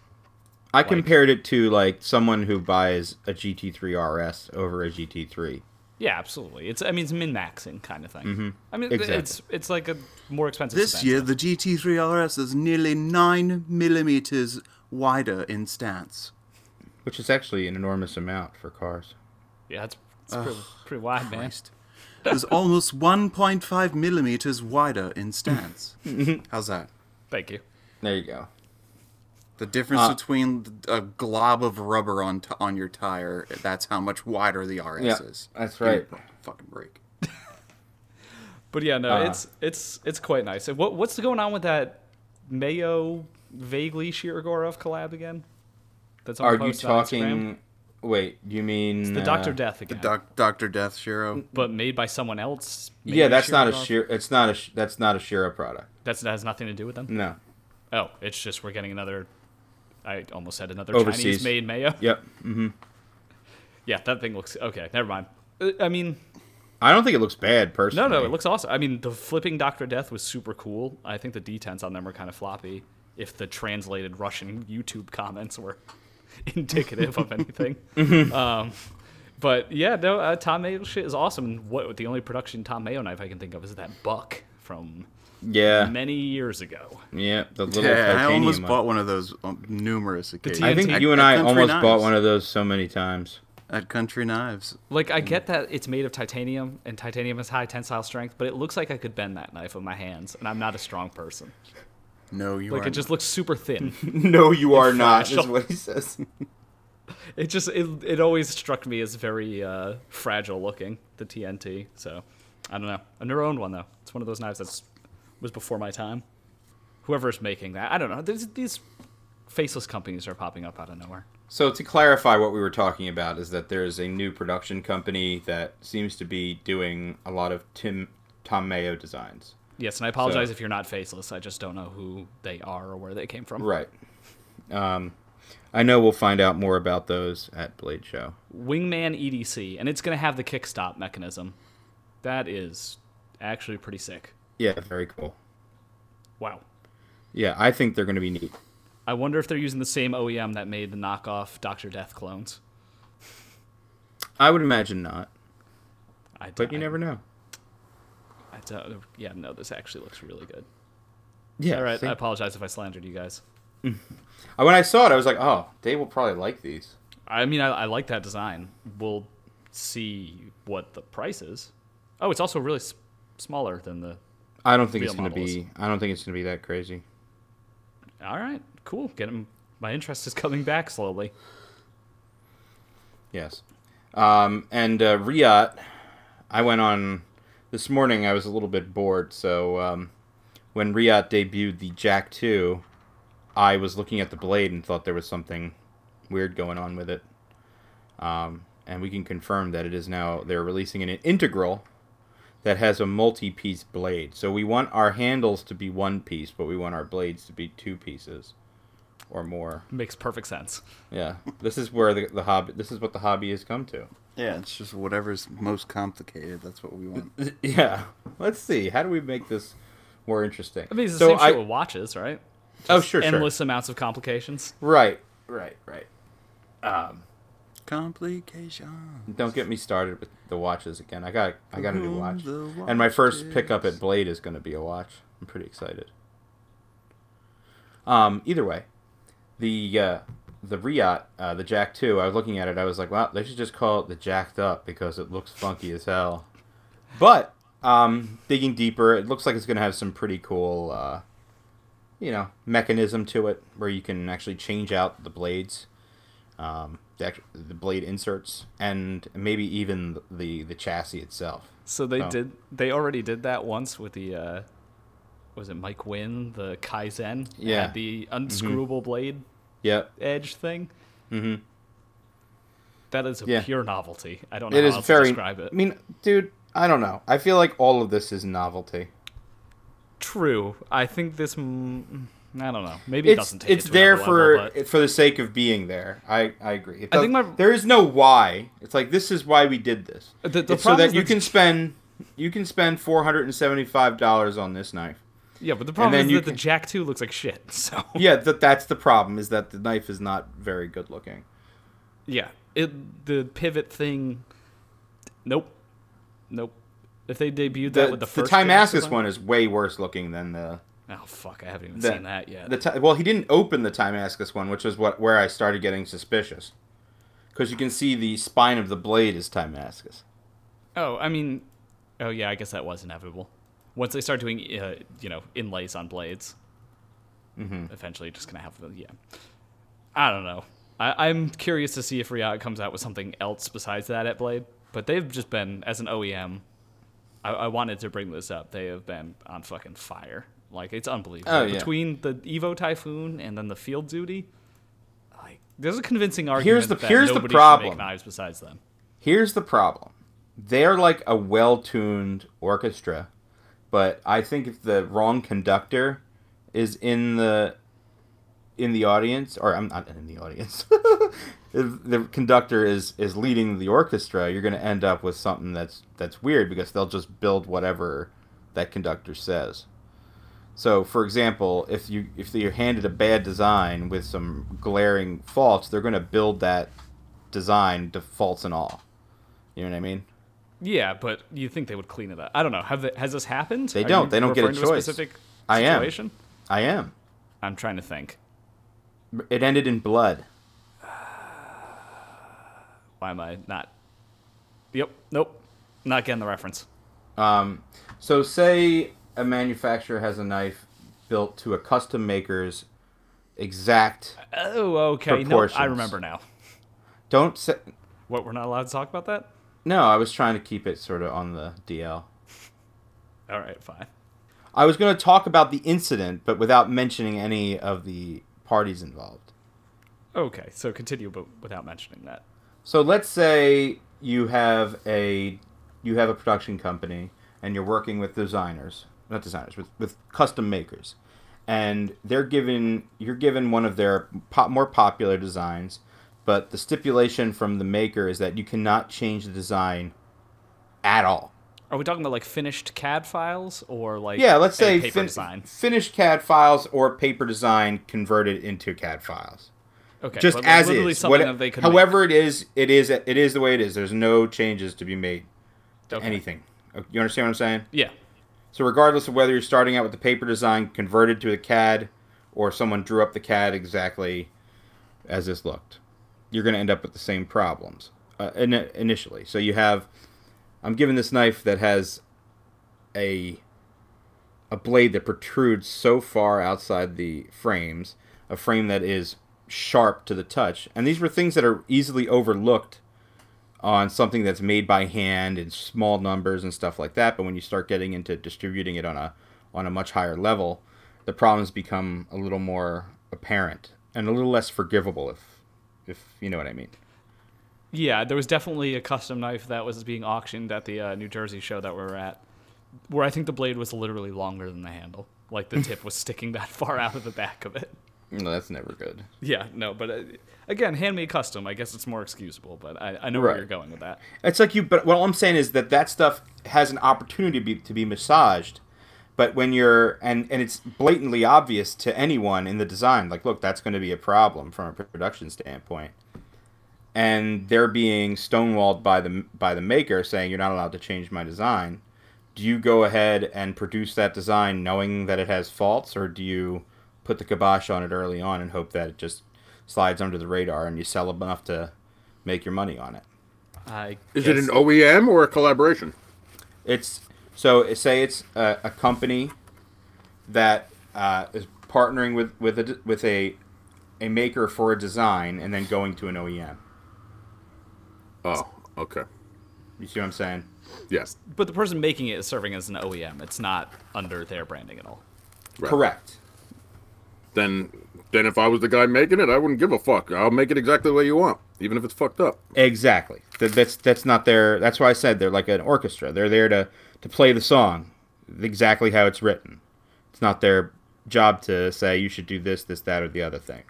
Speaker 4: I compared it to like someone who buys a GT3 RS over a GT3.
Speaker 3: Yeah, absolutely. It's I mean it's min maxing kind of thing. I mean
Speaker 4: Mm-hmm. Exactly.
Speaker 3: it's it's like a more expensive.
Speaker 2: This
Speaker 3: Sedan.
Speaker 2: year, the GT3 RS is nearly 9 millimeters wider in stance.
Speaker 4: Which is actually an enormous amount for cars.
Speaker 3: yeah, it's, it's pretty, pretty wide, man.
Speaker 2: It was almost 1.5 millimeters wider in stance. How's that?
Speaker 3: Thank you.
Speaker 4: There you go.
Speaker 2: The difference between a glob of rubber on t- on your tire, that's how much wider the RS
Speaker 4: Yeah,
Speaker 2: is.
Speaker 4: that's
Speaker 2: Give me a
Speaker 4: right.
Speaker 2: br- Fucking break.
Speaker 3: But yeah, no,
Speaker 4: Uh.
Speaker 3: it's it's it's quite nice. And what what's going on with that Mayo vaguely Shirogorov collab again? That's on
Speaker 4: Are you
Speaker 3: post on Instagram?
Speaker 4: talking? Wait, you mean uh,
Speaker 3: the Doctor Death again?
Speaker 2: Doc- Dr. Death Shiro.
Speaker 3: but made by someone else. maybe
Speaker 4: yeah, that's not a
Speaker 3: Shirogorov?
Speaker 4: Shira. It's not a. Sh- That's not a Shira product.
Speaker 3: That's that has nothing to do with them.
Speaker 4: No.
Speaker 3: Oh, it's just we're getting another. I almost said another
Speaker 4: Overseas.
Speaker 3: Chinese-made mayo.
Speaker 4: Yep.
Speaker 3: Yeah, that thing looks okay. Never mind. Uh, I mean,
Speaker 4: I don't think it looks bad
Speaker 3: no,
Speaker 4: personally.
Speaker 3: no, it looks awesome. I mean, the flipping Doctor Death was super cool. I think the detents on them were kind of floppy. If the translated Russian YouTube comments were indicative of anything, um, But yeah, no, uh, Tom Mayo shit is awesome. What the only production Tom Mayo knife I can think of is that Buck from
Speaker 4: Yeah,
Speaker 3: many years ago.
Speaker 4: yeah. The little
Speaker 2: Yeah, I
Speaker 4: titanium uh,
Speaker 2: almost
Speaker 4: one.
Speaker 2: bought one of those on numerous occasions.
Speaker 4: I think
Speaker 3: TNT.
Speaker 4: you and I almost bought one
Speaker 2: of
Speaker 4: of those so many times.
Speaker 2: at Country Knives.
Speaker 3: Like I get that it's made of titanium and titanium has high tensile strength, but it looks like I could bend that knife with my hands, and I'm not a strong person.
Speaker 2: No, you
Speaker 3: Like
Speaker 2: are
Speaker 3: it just looks super thin.
Speaker 4: No, you are not.
Speaker 3: fragile.
Speaker 4: Is what he says.
Speaker 3: it just it, it always struck me as very uh, fragile looking the TNT. So I don't know. I never owned one though. It's one of those knives that's was before my time. Whoever's making that, I don't know. There's, these faceless companies are popping up out of nowhere.
Speaker 4: So to clarify what we were talking about is that there is a new production company that seems to be doing a lot of Tim Tom Mayo designs.
Speaker 3: Yes, and I apologize
Speaker 4: So-
Speaker 3: if you're not faceless. I just don't know who they are or where they came from.
Speaker 4: Right. Um, I know we'll find out more about those at Blade Show.
Speaker 3: Wingman EDC, and it's going to have the kickstop mechanism. That is actually pretty sick.
Speaker 4: Yeah, very cool.
Speaker 3: Wow.
Speaker 4: Yeah, I think they're going to be neat.
Speaker 3: I wonder if they're using the same OEM that made the knockoff Doctor Death clones.
Speaker 4: I would imagine not,
Speaker 3: I,
Speaker 4: but you
Speaker 3: I-
Speaker 4: never know.
Speaker 3: I don't, yeah, no, this actually looks really good.
Speaker 4: Yeah.
Speaker 3: All right,
Speaker 4: see?
Speaker 3: I apologize if I slandered you guys.
Speaker 4: when I saw it, I was like, oh, Dave will probably like these.
Speaker 3: I mean, I, I like that design. We'll see what the price is. Oh, it's also really s- smaller than the.
Speaker 4: I don't think
Speaker 3: Real
Speaker 4: it's going to
Speaker 3: models.
Speaker 4: be. I don't think it's going to be that crazy.
Speaker 3: All right, cool. Get 'em- My interest is coming back slowly.
Speaker 4: Yes. Um, and uh, Riot, I went on this morning. I was a little bit bored, so um, when Riot debuted the Jack Two, I was looking at the blade and thought there was something weird going on with it. Um, and we can confirm that it is now they're releasing an integral that has a multi-piece blade. So we want our handles to be one piece, but we want our blades to be two pieces or more.
Speaker 3: Makes perfect sense.
Speaker 4: Yeah, this is where the, the hobby. This is what the hobby has come to.
Speaker 2: yeah, it's just whatever's most complicated. That's what we want.
Speaker 4: Yeah. Let's see. How do we make this more interesting?
Speaker 3: I mean, it's the
Speaker 4: So
Speaker 3: same
Speaker 4: I-
Speaker 3: shit with watches, right?
Speaker 4: oh, sure,
Speaker 3: Endless amounts of complications.
Speaker 4: sure. Right, right, right.
Speaker 2: Complication.
Speaker 4: Don't get me started with the watches again. I got, I got a new watch,
Speaker 2: The
Speaker 4: and my first pickup
Speaker 2: watches.
Speaker 4: at Blade is going to be a watch. I'm pretty excited. Um, either way, the uh, the Riot, uh, the Jack Two. I was looking at it. I was like, wow, they should just call it the Jacked Up because it looks funky as hell. But um, digging deeper, it looks like it's going to have some pretty cool, uh, you know, mechanism to it where you can actually change out the blades, um, the, act- the blade inserts, and maybe even the the chassis itself.
Speaker 3: So they
Speaker 4: Oh.
Speaker 3: did. They already did that once with the. Uh, was it Mike Wynn, the Kaizen? It
Speaker 4: Yeah. Mm-hmm.
Speaker 3: had the unscrewable blade
Speaker 4: Yep,
Speaker 3: edge thing. Mm-hmm. is a
Speaker 4: Yeah.
Speaker 3: pure novelty. I don't know
Speaker 4: it
Speaker 3: how
Speaker 4: is
Speaker 3: else
Speaker 4: very.
Speaker 3: to describe it.
Speaker 4: I mean, dude, I don't know. I feel like all of this is novelty.
Speaker 3: True. I think this. Mm, I don't know. Maybe it
Speaker 4: it's,
Speaker 3: doesn't take
Speaker 4: it's
Speaker 3: it to
Speaker 4: there
Speaker 3: another
Speaker 4: for
Speaker 3: level, but
Speaker 4: for the sake of being there. I, I agree. It
Speaker 3: I think
Speaker 4: doesn't-
Speaker 3: my-
Speaker 4: there is no why. It's like this is why we did this.
Speaker 3: The- the
Speaker 4: It's so
Speaker 3: problem
Speaker 4: that
Speaker 3: is
Speaker 4: you
Speaker 3: that-
Speaker 4: can spend you can spend four hundred and seventy five dollars on this knife.
Speaker 3: yeah, but the problem
Speaker 4: then
Speaker 3: is
Speaker 4: you
Speaker 3: that the
Speaker 4: can-
Speaker 3: Jack Two looks like shit. So
Speaker 4: Yeah, that that's the problem is that the knife is not very good looking.
Speaker 3: Yeah. It the pivot thing. Nope. Nope. If they debuted that
Speaker 4: The,
Speaker 3: with
Speaker 4: the,
Speaker 3: the first
Speaker 4: Time
Speaker 3: Jurassic
Speaker 4: Askus one is way worse looking than the,
Speaker 3: Oh fuck! I haven't even
Speaker 4: the
Speaker 3: seen that yet.
Speaker 4: The ti- well, he didn't open the Time Askus one, which is what where I started getting suspicious, because you can see the spine of the blade is Time Askus.
Speaker 3: oh, I mean, oh yeah, I guess that was inevitable. Once they start doing, uh, you know, inlays on blades,
Speaker 4: Mm-hmm.
Speaker 3: eventually just gonna have the yeah. I don't know. I, I'm curious to see if Riot comes out with something else besides that at Blade, but they've just been as an OEM. I, I wanted to bring this up. They have been on fucking fire. Like it's unbelievable.
Speaker 4: Oh, yeah.
Speaker 3: Between the Evo Typhoon and then the Field Duty, like there's a convincing argument.
Speaker 4: the-
Speaker 3: that
Speaker 4: here's the
Speaker 3: nobody should
Speaker 4: problem.
Speaker 3: Make knives besides them.
Speaker 4: Here's the problem. They're like a well tuned orchestra, but I think if the wrong conductor is in the in the audience, or I'm not in the audience, if the conductor is is leading the orchestra, you're going to end up with something that's that's weird because they'll just build whatever that conductor says. So, for example, if you if you're handed a bad design with some glaring faults, they're going to build that design to faults and all. You know what I mean?
Speaker 3: Yeah, but you think they would clean it up? I don't know. Have they, has this happened?
Speaker 4: They
Speaker 3: Are
Speaker 4: don't.
Speaker 3: you
Speaker 4: They don't get a
Speaker 3: referring to
Speaker 4: choice.
Speaker 3: specific
Speaker 4: I am.
Speaker 3: situation?
Speaker 4: I am.
Speaker 3: I'm trying to think.
Speaker 4: It ended in blood.
Speaker 3: Why am I not? Yep. Nope. Not getting the reference.
Speaker 4: Um, so say a manufacturer has a knife built to a custom maker's exact.
Speaker 3: Oh, okay. Nope, I
Speaker 4: Proportions.
Speaker 3: remember now.
Speaker 4: Don't say.
Speaker 3: What? We're not allowed to talk about that.
Speaker 4: No, I was trying to keep it sort of on the DL.
Speaker 3: All right. Fine.
Speaker 4: I was going to talk about the incident, but without mentioning any of the parties involved.
Speaker 3: Okay. So continue, but without mentioning that.
Speaker 4: So let's say you have a you have a production company and you're working with designers, not designers, with, with custom makers, and they're given you're given one of their pop, more popular designs, but the stipulation from the maker is that you cannot change the design at all.
Speaker 3: Are we talking about like finished CAD files or like
Speaker 4: Yeah, let's
Speaker 3: a
Speaker 4: say
Speaker 3: paper
Speaker 4: fin-
Speaker 3: design?
Speaker 4: finished CAD files or paper design converted into CAD files.
Speaker 3: Okay,
Speaker 4: just
Speaker 3: but
Speaker 4: as
Speaker 3: literally
Speaker 4: is.
Speaker 3: something
Speaker 4: What-
Speaker 3: that they could make.
Speaker 4: however, it is, it is, it is the way it is. There's no changes to be made to
Speaker 3: Okay.
Speaker 4: anything. Uh, You understand what I'm saying?
Speaker 3: Yeah.
Speaker 4: So regardless of whether you're starting out with the paper design converted to a CAD, or someone drew up the CAD exactly as this looked, you're going to end up with the same problems uh, in, initially. So you have, I'm given this knife that has a a blade that protrudes so far outside the frames, a frame that is sharp to the touch. And these were things that are easily overlooked on something that's made by hand in small numbers and stuff like that. But when you start getting into distributing it on a on a much higher level, the problems become a little more apparent and a little less forgivable if if you know what I mean.
Speaker 3: Yeah, there was definitely a custom knife that was being auctioned at the uh, New Jersey show that we were at, where I think the blade was literally longer than the handle. Like the tip was sticking that far out of the back of it.
Speaker 4: No, that's never good.
Speaker 3: Yeah, no, but uh, again, handmade custom. I guess it's more excusable, but I, I know where
Speaker 4: Right.
Speaker 3: you're going with that.
Speaker 4: It's like you, but what I'm saying is that that stuff has an opportunity to be, to be massaged, but when you're and and it's blatantly obvious to anyone in the design, like, look, that's going to be a problem from a production standpoint, and they're being stonewalled by the by the maker saying you're not allowed to change my design. Do you go ahead and produce that design knowing that it has faults, or do you put the kibosh on it early on and hope that it just slides under the radar and you sell enough to make your money on it?
Speaker 3: I
Speaker 1: Is it
Speaker 3: guess-
Speaker 1: an OEM or a collaboration?
Speaker 4: It's so say it's a, a company that uh, is partnering with with a, with a a maker for a design and then going to an E OEM.
Speaker 1: Oh, okay.
Speaker 4: You see what I'm saying?
Speaker 1: Yes.
Speaker 3: But the person making it is serving as an OEM. It's not under their branding at all.
Speaker 1: Right.
Speaker 4: Correct.
Speaker 1: Then, then if I was the guy making it, I wouldn't give a fuck. I'll make it exactly the way you want, even if it's fucked up.
Speaker 4: Exactly. That, that's that's not their. That's why I said they're like an orchestra. They're there to to play the song exactly how it's written. It's not their job to say you should do this, this, that, or the other thing.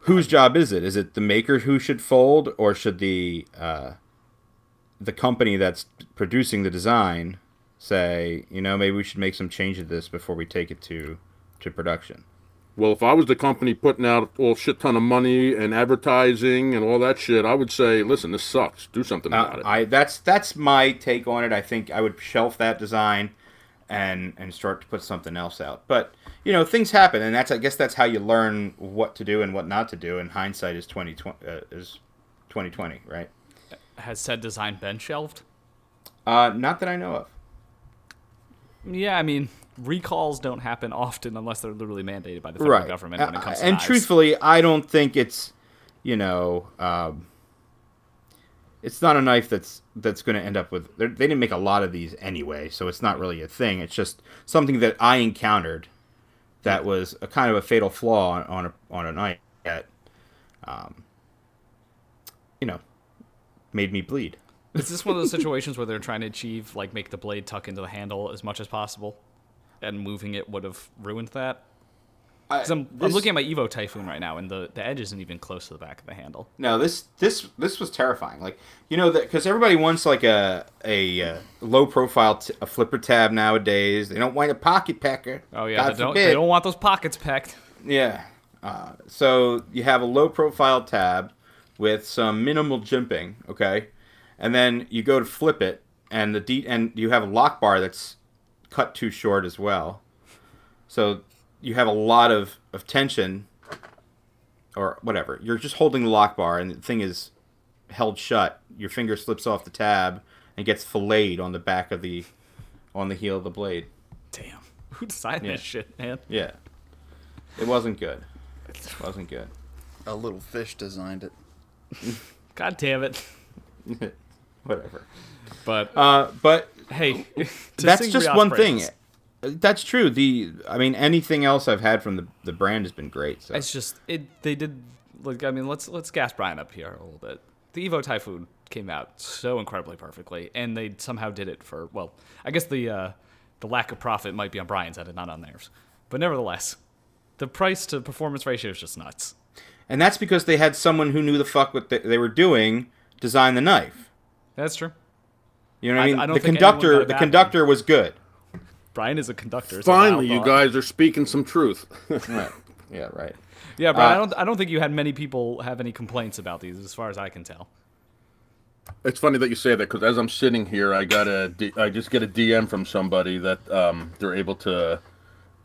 Speaker 4: Whose job is it? Is it the maker who should fold, or should the uh, the company that's producing the design say, you know, maybe we should make some change to this before we take it to to production?
Speaker 1: Well, if I was the company putting out all shit ton of money and advertising and all that shit, I would say, listen, this sucks. Do something
Speaker 4: Uh,
Speaker 1: about it.
Speaker 4: I that's that's my take on it. I think I would shelf that design and and start to put something else out. But you know, things happen, and that's I guess that's how you learn what to do and what not to do. And hindsight is twenty twenty uh, is twenty twenty, right?
Speaker 3: Has said design been shelved?
Speaker 4: Uh, not that I know of.
Speaker 3: Yeah, I mean, recalls don't happen often unless they're literally mandated by the federal government when
Speaker 4: Uh,
Speaker 3: it comes to
Speaker 4: and
Speaker 3: knives.
Speaker 4: truthfully, I don't think it's you know. Um, it's not a knife that's that's going to end up with. they're- They didn't make a lot of these anyway, so it's not really a thing. It's just something that I encountered
Speaker 3: Hmm.
Speaker 4: that was a kind of a fatal flaw on, on a on a knife that, um, you know, made me bleed.
Speaker 3: Is this one of those situations where they're trying to achieve, like, make the blade tuck into the handle as much as possible, and moving it would have ruined that? 'Cause I'm, I'm
Speaker 4: this-
Speaker 3: looking at my Evo Typhoon right now, and the, the edge isn't even close to the back of the handle.
Speaker 4: No, this this this was terrifying. Like you know that because everybody wants like a a, uh low profile t- a flipper tab nowadays. They don't want a pocket packer.
Speaker 3: Oh yeah,
Speaker 4: God
Speaker 3: they don't,
Speaker 4: forbid.
Speaker 3: they don't want those pockets pecked.
Speaker 4: Yeah. Uh, so you have a low profile tab with some minimal jimping, okay, and then you go to flip it, and the D and you have a lock bar that's cut too short as well. So you have a lot of, of tension or whatever. You're just holding the lock bar and the thing is held shut. Your finger slips off the tab and gets filleted on the back of the on the heel of the blade.
Speaker 3: Damn. Who designed
Speaker 4: Yeah.
Speaker 3: this shit, man?
Speaker 4: Yeah. It wasn't good. It wasn't good.
Speaker 2: A little fish designed it.
Speaker 3: God damn it.
Speaker 4: Whatever.
Speaker 3: But
Speaker 4: Uh, but
Speaker 3: hey, to
Speaker 4: that's
Speaker 3: sing
Speaker 4: just
Speaker 3: Rial's
Speaker 4: one
Speaker 3: praises,
Speaker 4: thing. That's true. The I mean anything else I've had from the, the brand has been great. So.
Speaker 3: It's just it. They did. Like I mean, let's let's gas Brian up here a little bit. The Evo Typhoon came out so incredibly perfectly, and they somehow did it for well. I guess the uh, the lack of profit might be on Brian's end and not on theirs, but nevertheless, the price to performance ratio is just nuts.
Speaker 4: And that's because they had someone who knew the fuck what they, they were doing design the knife.
Speaker 3: That's true.
Speaker 4: You know what I
Speaker 3: I-
Speaker 4: mean?
Speaker 3: I don't
Speaker 4: the
Speaker 3: think anyone got
Speaker 4: conductor,
Speaker 3: it
Speaker 4: the
Speaker 3: back.
Speaker 4: conductor was good.
Speaker 3: Brian is a conductor. so
Speaker 1: Finally,
Speaker 3: wow,
Speaker 1: you
Speaker 3: Bob.
Speaker 4: uh,
Speaker 1: guys are speaking some truth.
Speaker 4: Right. Yeah. Right.
Speaker 3: Yeah, Brian. I
Speaker 4: uh,
Speaker 3: don't. I don't think you had many people have any complaints about these, as far as I can tell.
Speaker 1: It's funny that you say that because as I'm sitting here, I got a, D- I just get a DM from somebody that um, they're able to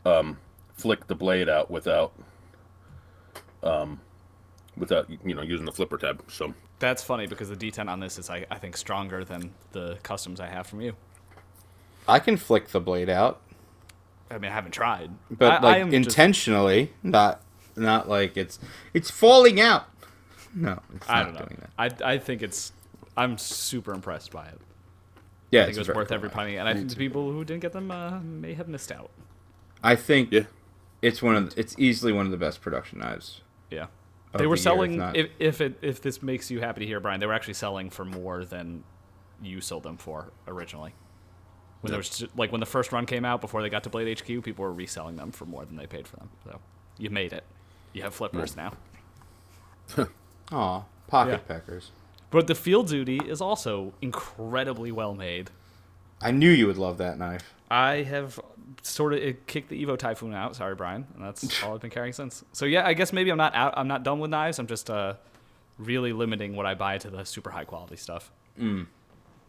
Speaker 1: um, flick the blade out without, um, without you know using the flipper tab. So
Speaker 3: That's funny because the D10 on this is, I, I think, stronger than the customs I have from you.
Speaker 4: I can flick the blade out,
Speaker 3: I mean, I haven't tried,
Speaker 4: but
Speaker 3: I, I
Speaker 4: like
Speaker 3: am just-
Speaker 4: intentionally, not not like it's it's falling out. No, it's
Speaker 3: I
Speaker 4: not
Speaker 3: don't know.
Speaker 4: doing that.
Speaker 3: I, I think it's. I'm super impressed by it.
Speaker 4: Yeah,
Speaker 3: I think it was
Speaker 4: very
Speaker 3: worth
Speaker 4: cool
Speaker 3: every
Speaker 4: knife.
Speaker 3: penny, and I think the people who didn't get them uh, may have missed out.
Speaker 4: I think
Speaker 1: yeah,
Speaker 4: it's one of the, it's easily one of the best production knives.
Speaker 3: Yeah,
Speaker 4: Of
Speaker 3: they were
Speaker 4: the year, if
Speaker 3: selling.
Speaker 4: not-
Speaker 3: if if, it, if this makes you happy to hear, Brian, they were actually selling for more than you sold them for originally. When there was ju- like when the first run came out before they got to Blade HQ, people were reselling them for more than they paid for them. So you made it. You have flippers now.
Speaker 4: Aw, pocket
Speaker 3: Yeah.
Speaker 4: peckers.
Speaker 3: But the field duty is also incredibly well made.
Speaker 4: I knew you would love that knife.
Speaker 3: I have sort of it kicked the Evo Typhoon out. Sorry, Brian, and that's all I've been carrying since. So yeah, I guess maybe I'm not out. I'm not done with knives. I'm just uh, really limiting what I buy to the super high quality stuff.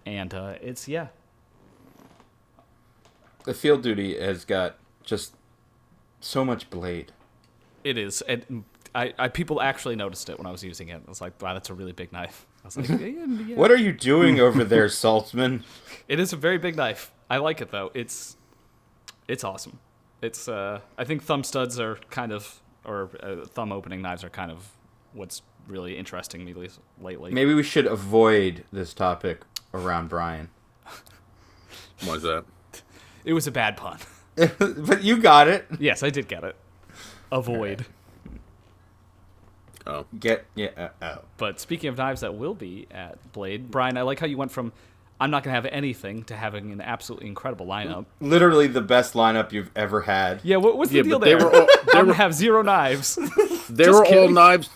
Speaker 3: And uh, it's yeah,
Speaker 4: The field duty has got just so much blade.
Speaker 3: it is. And I, I people actually noticed it when I was using it. I was like, wow, that's a really big knife. I was like, yeah, yeah.
Speaker 4: What are you doing over there, Saltzman?
Speaker 3: it is a very big knife. I like it though. It's it's awesome. It's uh, I think thumb studs are kind of or uh, thumb opening knives are kind of what's really interesting me leas- lately.
Speaker 4: Maybe we should avoid this topic around Brian.
Speaker 1: why is that?
Speaker 3: It was a bad pun.
Speaker 4: but you got it.
Speaker 3: yes, I did get it. Avoid.
Speaker 1: Oh,
Speaker 4: Get yeah. Uh, oh.
Speaker 3: But speaking of knives that will be at Blade, Brian, I like how you went from I'm not going to have anything to having an absolutely incredible lineup.
Speaker 4: Literally the best lineup you've ever had.
Speaker 3: Yeah, what, what's the
Speaker 1: Yeah,
Speaker 3: deal
Speaker 1: but
Speaker 3: there?
Speaker 1: they were all- they
Speaker 3: I'm
Speaker 1: were-
Speaker 3: going to have zero knives.
Speaker 1: they
Speaker 3: Just
Speaker 1: were all
Speaker 3: kidding.
Speaker 1: knives.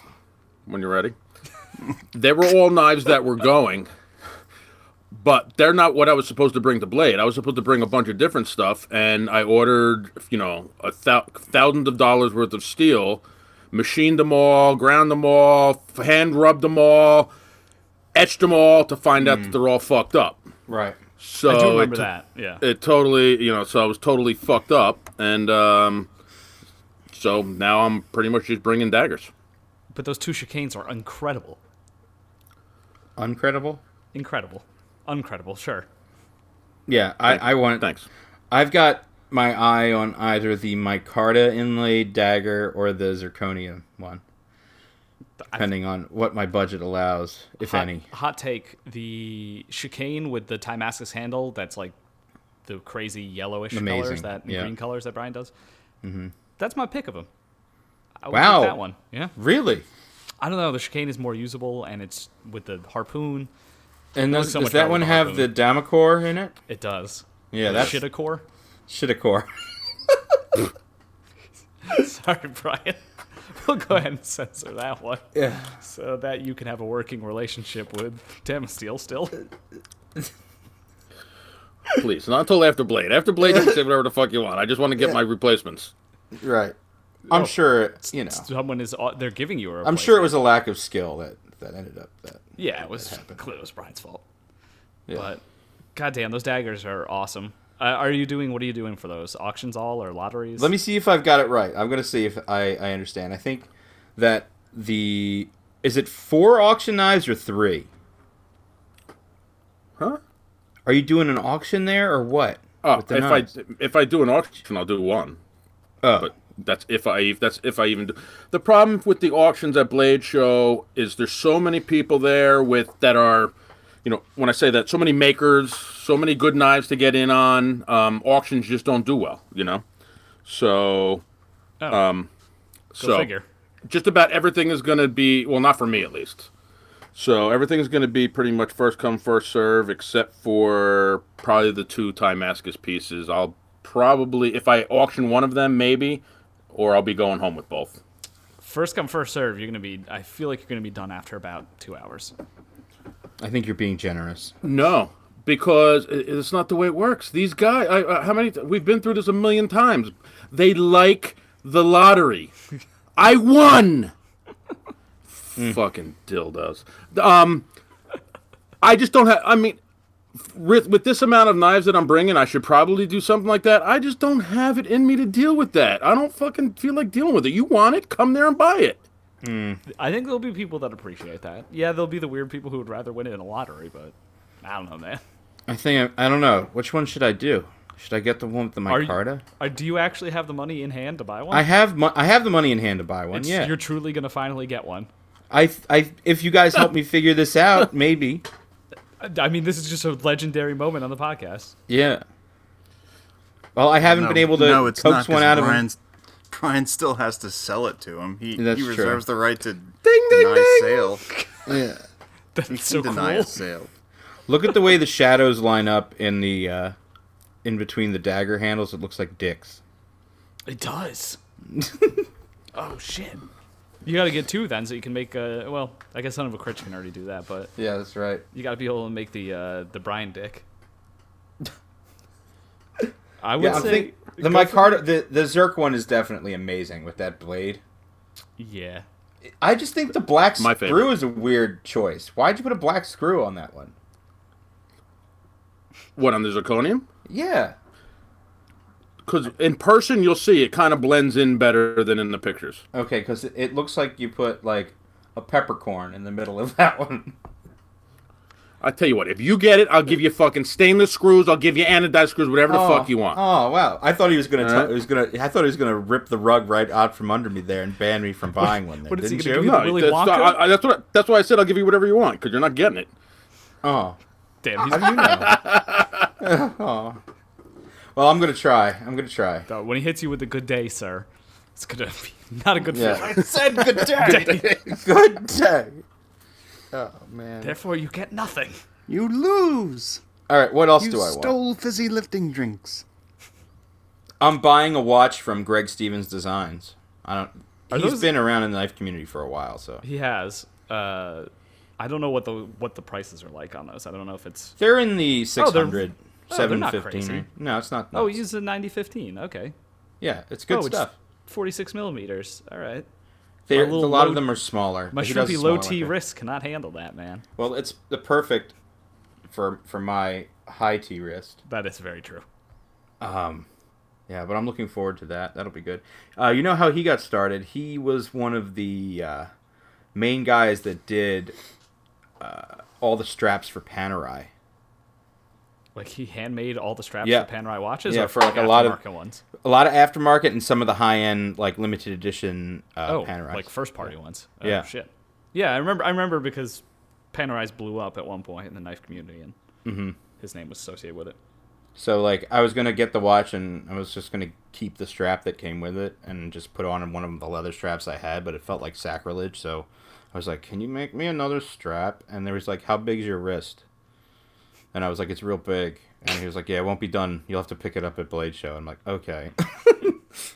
Speaker 1: When you're ready, they were all knives that were going, but they're not what I was supposed to bring to Blade. I was supposed to bring a bunch of different stuff, and I ordered, you know, a thou- thousands of dollars worth of steel, machined them all, ground them all, f- hand rubbed them all, etched them all to find out that they're all fucked up.
Speaker 4: Right.
Speaker 1: So
Speaker 3: I
Speaker 1: it
Speaker 3: do remember
Speaker 1: t-
Speaker 3: that. Yeah.
Speaker 1: it totally you know so i was totally fucked up and um so now i'm pretty much just bringing daggers
Speaker 3: But those two chicanes are incredible.
Speaker 4: Uncredible.
Speaker 3: Incredible. Uncredible, sure.
Speaker 4: Yeah, I, I want.
Speaker 1: thanks
Speaker 4: I've got my eye on either the micarta inlaid dagger or the zirconium one, depending on what my budget allows, if
Speaker 3: hot,
Speaker 4: any.
Speaker 3: Hot take: the chicane with the Timascus handle. That's like the crazy yellowish
Speaker 4: Amazing,
Speaker 3: colors that and
Speaker 4: yeah. Mm-hmm.
Speaker 3: green colors that Brian does. That's my pick of them. I would
Speaker 4: Wow.
Speaker 3: pick that one. Yeah,
Speaker 4: Really?
Speaker 3: I don't know. The chicane is more usable, and it's with the harpoon.
Speaker 4: And does,
Speaker 3: so
Speaker 4: does
Speaker 3: much
Speaker 4: that
Speaker 3: better
Speaker 4: one
Speaker 3: with a
Speaker 4: have the
Speaker 3: harpoon.
Speaker 4: Damocor in it?
Speaker 3: It does.
Speaker 4: Yeah, that's
Speaker 3: shit a core.
Speaker 4: Shitakor.
Speaker 3: Sorry, Brian. We'll go ahead and censor that one,
Speaker 4: Yeah.
Speaker 3: so that you can have a working relationship with Damasteel still.
Speaker 1: please not until after blade after blade you can say whatever the fuck you want i just want to get my replacements
Speaker 4: Right. I'm
Speaker 3: Oh.
Speaker 4: sure, you know.
Speaker 3: Someone is. uh, They're giving you a.
Speaker 4: I'm sure it was a lack of skill that that ended up that.
Speaker 3: Yeah, it was clearly it was Brian's fault.
Speaker 5: Yeah.
Speaker 3: But goddamn, those daggers are awesome. Uh, are you doing? What are you doing for those auctions? All or lotteries?
Speaker 4: Let me see if I've got it right. I'm gonna see if I, I understand. I think that the is it four auction knives or three?
Speaker 1: Huh?
Speaker 4: Are you doing an auction there or what?
Speaker 1: Oh,
Speaker 4: With
Speaker 1: if
Speaker 4: the knives.
Speaker 1: I if I do an auction, I'll do one.
Speaker 4: Oh,
Speaker 1: But that's if I if that's if I even do. The problem with the auctions at Blade Show is there's so many people there with that are, you know, when I say that, so many makers, so many good knives to get in on. Um, auctions just don't do well, you know. So,
Speaker 3: Oh.
Speaker 1: um,
Speaker 3: Go
Speaker 1: so
Speaker 3: figure.
Speaker 1: just about everything is going to be well, not for me at least. So everything is going to be pretty much first come first serve, except for probably the two Timascus pieces. I'll probably if I auction one of them, maybe, or I'll be going home with both.
Speaker 3: First come, first serve. You're gonna be. I feel like you're gonna be done after about two hours.
Speaker 4: I think you're being generous.
Speaker 1: No, because i- it's not the way it works. These guys, I, I, how many? We've been through this a million times. They like the lottery. I won. Fucking dildos. Um, I just don't have. I mean, with with this amount of knives that I'm bringing, I should probably do something like that. I just don't have it in me to deal with that. I don't fucking feel like dealing with it. You want it? Come there and buy it.
Speaker 3: I think there'll be people that appreciate that. Yeah, there'll be the weird people who would rather win it in a lottery, but I don't know, man.
Speaker 4: I think I, I don't know which one should I do. Should I get the one with the
Speaker 3: Are you- Oh.
Speaker 4: micarta?
Speaker 3: Are, do you actually have the money in hand to buy one?
Speaker 4: I have mo- I have the money in hand to buy one.
Speaker 3: It's-
Speaker 4: yeah,
Speaker 3: You're truly gonna finally get one.
Speaker 4: I th- I if you guys help me figure this out, maybe.
Speaker 3: I- I mean, this is just a legendary moment on the podcast.
Speaker 4: Yeah. Well, I haven't
Speaker 2: No,
Speaker 4: been able to
Speaker 2: No, it's
Speaker 4: coax
Speaker 2: not.
Speaker 4: one
Speaker 2: 'cause
Speaker 4: out of him.
Speaker 2: Brian's, Brian still has to sell it to him. He
Speaker 4: That's
Speaker 2: he
Speaker 4: true.
Speaker 2: reserves the right to deny
Speaker 1: ding, ding.
Speaker 2: sale.
Speaker 4: Yeah.
Speaker 2: He
Speaker 3: That's
Speaker 2: can
Speaker 3: so cool.
Speaker 2: deny a sale.
Speaker 4: Look at the way the shadows line up in the uh, in between the dagger handles. It looks like dicks.
Speaker 3: It does. oh shit! You got to get two then, so you can make. Uh, well, I guess son of a crit can already do that, but
Speaker 4: Yeah, that's right.
Speaker 3: you got to be able to make the uh, the Brian dick. I would
Speaker 4: Yeah, I
Speaker 3: say
Speaker 4: think the
Speaker 3: go for-
Speaker 4: micarta the the zerk one is definitely amazing with that blade.
Speaker 3: Yeah,
Speaker 4: I just think the black
Speaker 1: My
Speaker 4: screw
Speaker 1: favorite.
Speaker 4: is a weird choice. Why'd you put a black screw on that one?
Speaker 1: What on the zirconium?
Speaker 4: Yeah.
Speaker 1: Because in person, you'll see it kind of blends in better than in the pictures.
Speaker 4: Okay, because it, it looks like you put like a peppercorn in the middle of that one.
Speaker 1: I tell you what, if you get it, I'll give you fucking stainless screws. I'll give you anodized screws, whatever the
Speaker 4: Oh,
Speaker 1: fuck you want.
Speaker 4: Oh wow! I thought he was gonna.
Speaker 1: Alright.
Speaker 4: T- he was gonna. I thought he was gonna rip the rug right out from under me there and ban me from buying one. There,
Speaker 3: what is he
Speaker 4: didn't
Speaker 3: gonna
Speaker 4: you?
Speaker 3: do? Willy
Speaker 1: that's,
Speaker 3: Wonka?
Speaker 1: I- I- that's what. I- that's why I said I'll give you whatever you want because you're not getting it.
Speaker 4: Oh,
Speaker 3: damn. He's,
Speaker 4: how do you know? oh. Well, I'm gonna try. I'm gonna try.
Speaker 3: uh, when he hits you with a good day, sir, it's gonna be not a good
Speaker 4: Yeah.
Speaker 2: Said good
Speaker 3: feeling.
Speaker 4: Good day. Oh man.
Speaker 3: Therefore, you get nothing.
Speaker 2: You lose.
Speaker 4: All right. What else
Speaker 2: You
Speaker 4: do I want?
Speaker 2: stole fizzy lifting drinks.
Speaker 4: I'm buying a watch from Greg Stevens Designs. I don't.
Speaker 3: Are
Speaker 4: he's
Speaker 3: those-
Speaker 4: been around in the knife community for a while, so
Speaker 3: He has. Uh, I don't know what the what the prices are like on those. I don't know if it's.
Speaker 4: they're in the 600,
Speaker 3: oh, they're not
Speaker 4: 715.
Speaker 3: crazy.
Speaker 4: no, it's not.
Speaker 3: Oh,
Speaker 4: nuts.
Speaker 3: he used a ninety fifteen. Okay.
Speaker 4: yeah, it's good
Speaker 3: oh,
Speaker 4: stuff.
Speaker 3: It's Forty six millimeters. All right.
Speaker 4: They're,
Speaker 3: My little
Speaker 4: a lot
Speaker 3: low-
Speaker 4: of them are smaller.
Speaker 3: My
Speaker 4: He does
Speaker 3: shrimpy
Speaker 4: a
Speaker 3: low
Speaker 4: smaller
Speaker 3: T
Speaker 4: one.
Speaker 3: wrist cannot handle that, man.
Speaker 4: Well, it's the perfect for for my high T wrist.
Speaker 3: That is very true.
Speaker 4: Yeah, but I'm looking forward to that. That'll be good. Uh, you know how he got started? He was one of the uh, main guys that did uh, all the straps for Panerai.
Speaker 3: Like he handmade all the straps
Speaker 4: Yeah.
Speaker 3: for Panerai watches.
Speaker 4: Yeah,
Speaker 3: or
Speaker 4: for, like, a lot of-
Speaker 3: aftermarket ones.
Speaker 4: A lot of aftermarket and some of the high end, like limited edition uh,
Speaker 3: oh,
Speaker 4: Panerai.
Speaker 3: like first party ones. Oh,
Speaker 4: Yeah.
Speaker 3: Shit. Yeah, I remember. I remember because Panerai's blew up at one point in the knife community, and
Speaker 4: Mm-hmm.
Speaker 3: his name was associated with it.
Speaker 4: So like I was gonna get the watch and I was just gonna keep the strap that came with it and just put on one of the leather straps I had, but it felt like sacrilege. So I was like, "Can you make me another strap?" And there was like, "How big's your wrist?" And I was like, "It's real big." And he was like, "Yeah, it won't be done. You'll have to pick it up at Blade Show." I'm like, "Okay."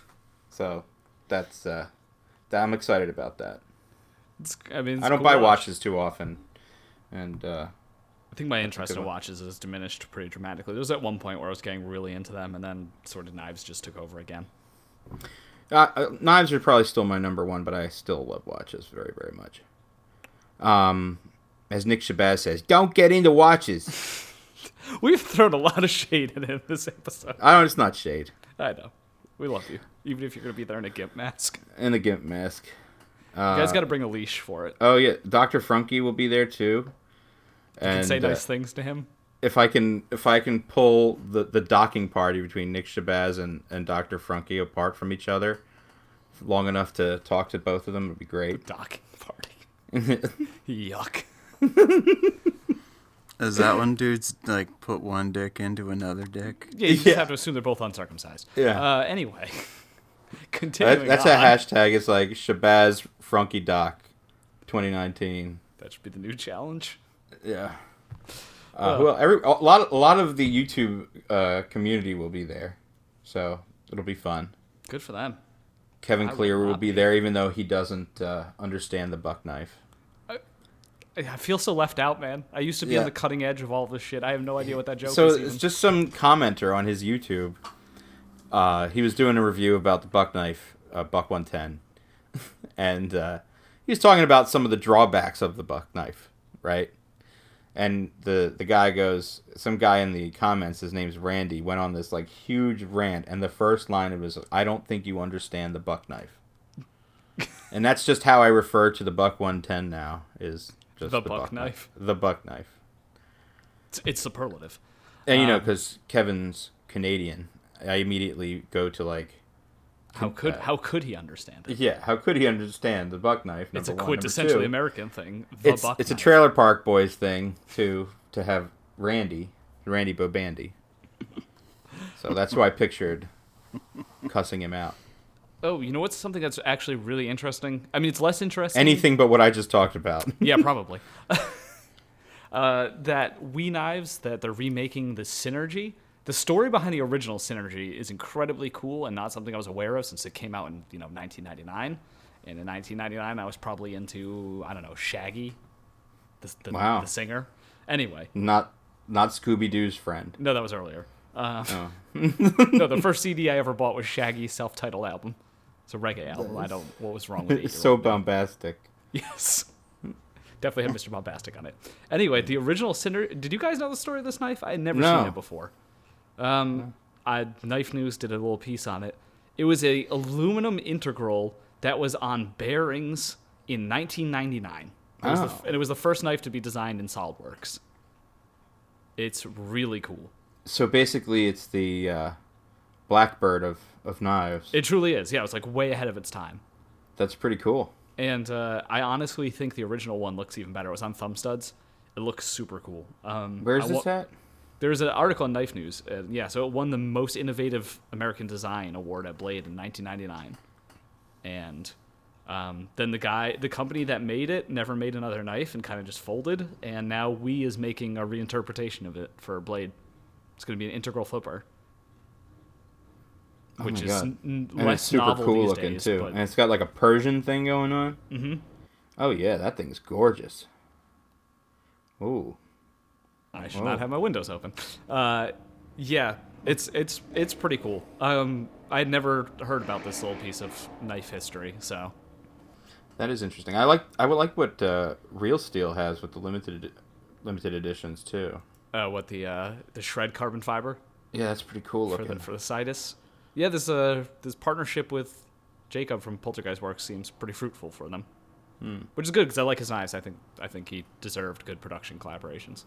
Speaker 4: so that's uh, that, I'm excited about that.
Speaker 3: It's, I mean, it's
Speaker 4: I don't
Speaker 3: cool
Speaker 4: buy
Speaker 3: watch.
Speaker 4: watches too often, and uh,
Speaker 3: I think my interest
Speaker 4: good
Speaker 3: in
Speaker 4: one.
Speaker 3: watches has diminished pretty dramatically. There was at one point where I was getting really into them, and then sort of knives just took over again.
Speaker 4: Uh, uh, knives are probably still my number one, but I still love watches very, very much. Um, as Nick Shabazz says, don't get into watches.
Speaker 3: We've thrown a lot of shade at him this episode.
Speaker 4: I know it's not shade.
Speaker 3: I know. We love you, even if you're gonna be there in a gimp mask.
Speaker 4: And a gimp mask. Uh,
Speaker 3: you guys got to bring a leash for it.
Speaker 4: Oh yeah, Doctor Frunky will be there too. And
Speaker 3: and say
Speaker 4: uh,
Speaker 3: nice things to him.
Speaker 4: if I can, if I can pull the the docking party between Nick Shabazz and and Doctor Frunky apart from each other long enough to talk to both of them would be great.
Speaker 3: Docking party. Yuck.
Speaker 2: Is that when dudes like put one dick into another dick?
Speaker 3: Yeah, you
Speaker 4: Yeah.
Speaker 3: just have to assume they're both uncircumcised.
Speaker 4: Yeah.
Speaker 3: Uh, anyway, continuing.
Speaker 4: That, that's
Speaker 3: on,
Speaker 4: a hashtag. It's like Shabazz Frunky Doc, 2019.
Speaker 3: That should be the new challenge.
Speaker 4: Yeah. Uh, well, every a lot, a lot of the YouTube uh, community will be there, so it'll be fun.
Speaker 3: Good for them.
Speaker 4: Kevin
Speaker 3: will
Speaker 4: Clear will
Speaker 3: not
Speaker 4: be
Speaker 3: be.
Speaker 4: there, even though he doesn't uh, understand the buck knife.
Speaker 3: I I feel so left out, man. I used to be
Speaker 4: Yeah.
Speaker 3: on the cutting edge of all this shit. I have no idea what that joke
Speaker 4: So
Speaker 3: is.
Speaker 4: it's
Speaker 3: even.
Speaker 4: just some commenter on his YouTube. Uh, he was doing a review about the buck knife, uh, buck one ten, and uh, he was talking about some of the drawbacks of the buck knife, right? And the the guy goes, some guy in the comments, his name's Randy, went on this like huge rant, and the first line it was, "I don't think you understand the buck knife," and that's just how I refer to the buck one ten now is just
Speaker 3: The buck knife.
Speaker 4: the buck knife.
Speaker 3: It's- it's superlative.
Speaker 4: And
Speaker 3: Um,
Speaker 4: you know, because Kevin's Canadian, I immediately go to like,
Speaker 3: How could
Speaker 4: uh,
Speaker 3: how could he understand it?
Speaker 4: yeah, how could he understand the buck knife?
Speaker 3: It's a
Speaker 4: number one. Number
Speaker 3: quintessentially
Speaker 4: two,
Speaker 3: American thing. The
Speaker 4: It's
Speaker 3: buck
Speaker 4: it's a
Speaker 3: knife.
Speaker 4: trailer park boys thing to to have Randy, Randy Bobandy. so that's who I pictured cussing him out.
Speaker 3: Oh, you know what's something that's actually really interesting? I mean, it's less interesting.
Speaker 4: Anything but what I just talked about.
Speaker 3: Yeah, probably. uh, that Wee Knives that they're remaking the Synergy. The story behind the original Synergy is incredibly cool and not something I was aware of since it came out in you know 1999. And in 1999, I was probably into I don't know Shaggy, the, the,
Speaker 4: Wow.
Speaker 3: the singer. Anyway,
Speaker 4: Not not Scooby Doo's friend.
Speaker 3: no, that was earlier. Uh,
Speaker 4: Oh.
Speaker 3: no, the first CD I ever bought was Shaggy's self-titled album. It's a reggae album. I don't. What was wrong with it?
Speaker 4: It's so bombastic.
Speaker 3: Yes. Definitely had Mr. Bombastic on it. Anyway, the original Cinder. Did you guys know the story of this knife? I had never
Speaker 4: No.
Speaker 3: seen it before. Um, I, Knife News did a little piece on it. It was a aluminum integral that was on bearings in 1999. It was the f-
Speaker 4: Wow.
Speaker 3: and it was the first knife to be designed in SolidWorks. It's really cool.
Speaker 4: So basically, it's the uh, blackbird of of knives.
Speaker 3: It truly is. Yeah, it was like way ahead of its time.
Speaker 4: that's pretty cool.
Speaker 3: And uh, I honestly think the original one looks even better. It was on thumb studs. It looks super cool. Um,
Speaker 4: Where's
Speaker 3: I
Speaker 4: this
Speaker 3: wa-
Speaker 4: at?
Speaker 3: There's an article on Knife News. Uh, yeah, so it won the most innovative American design award at Blade in 1999, and um, then the guy, the company that made it, never made another knife and kind of just folded. And now we is making a reinterpretation of it for Blade. It's going to be an integral flipper, which
Speaker 4: Oh my
Speaker 3: is
Speaker 4: God.
Speaker 3: n- n-
Speaker 4: and
Speaker 3: less
Speaker 4: it's super
Speaker 3: novel
Speaker 4: cool
Speaker 3: these
Speaker 4: looking
Speaker 3: days,
Speaker 4: too.
Speaker 3: but-
Speaker 4: And it's got like a Persian thing going on. Mm-hmm. Oh yeah, that thing's gorgeous. Ooh,
Speaker 3: I should not have my windows open. Uh, yeah, it's it's it's pretty cool. Um, I had never heard about this little piece of knife history, so
Speaker 4: that is interesting. I like I would like what uh, Real Steel has with the limited limited editions too.
Speaker 3: uh, what the uh, the shred carbon fiber
Speaker 4: Yeah, that's pretty cool
Speaker 3: for
Speaker 4: looking.
Speaker 3: the for the situs. Yeah, this uh this partnership with Jacob from Poltergeist Works seems pretty fruitful for them, which is good because I like his knives. I think I think he deserved good production collaborations.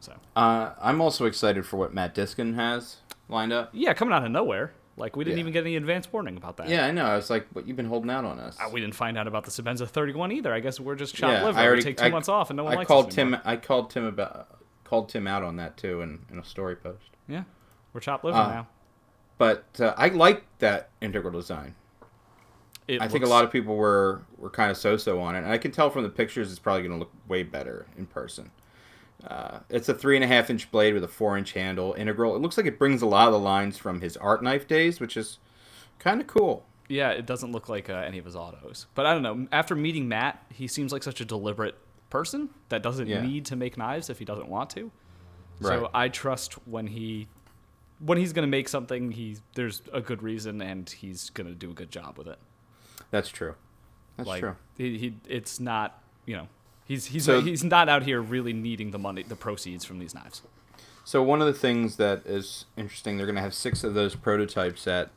Speaker 3: So
Speaker 4: Uh, I'm also excited for what Matt Diskin has lined up.
Speaker 3: yeah, coming out of nowhere, like we didn't
Speaker 4: Yeah.
Speaker 3: even get any advance warning about that.
Speaker 4: Yeah, I know. I was like, "What you've been holding out on us?"
Speaker 3: Uh, We didn't find out about the Sabenza 31 either. I guess we're just chopped
Speaker 4: yeah,
Speaker 3: liver.
Speaker 4: I already
Speaker 3: we take two
Speaker 4: I-
Speaker 3: months off and no one
Speaker 4: I
Speaker 3: likes
Speaker 4: called
Speaker 3: us
Speaker 4: Tim.
Speaker 3: anymore.
Speaker 4: I called Tim about called Tim out on that too in, in a story post.
Speaker 3: Yeah, we're chopped
Speaker 4: Uh,
Speaker 3: liver now.
Speaker 4: But uh, I like that integral design.
Speaker 3: It
Speaker 4: I think a
Speaker 3: looks-
Speaker 4: lot of people were were kind of so-so on it, and I can tell from the pictures it's probably going to look way better in person. Uh, it's a three and a half inch blade with a four inch handle, integral. It looks like it brings a lot of the lines from his art knife days, which is kind of cool.
Speaker 3: Yeah, it doesn't look like uh, any of his autos. But I don't know. After meeting Matt, he seems like such a deliberate person that doesn't
Speaker 4: Yeah.
Speaker 3: need to make knives if he doesn't want to.
Speaker 4: Right.
Speaker 3: So I trust when he when he's going to make something, he there's a good reason and he's going to do a good job with it.
Speaker 4: That's true. That's
Speaker 3: like
Speaker 4: true.
Speaker 3: He, he it's not, you know, he's he's
Speaker 4: So-
Speaker 3: he's not out here really needing the money, the proceeds from these knives.
Speaker 4: So one of the things that is interesting, they're going to have six of those prototypes at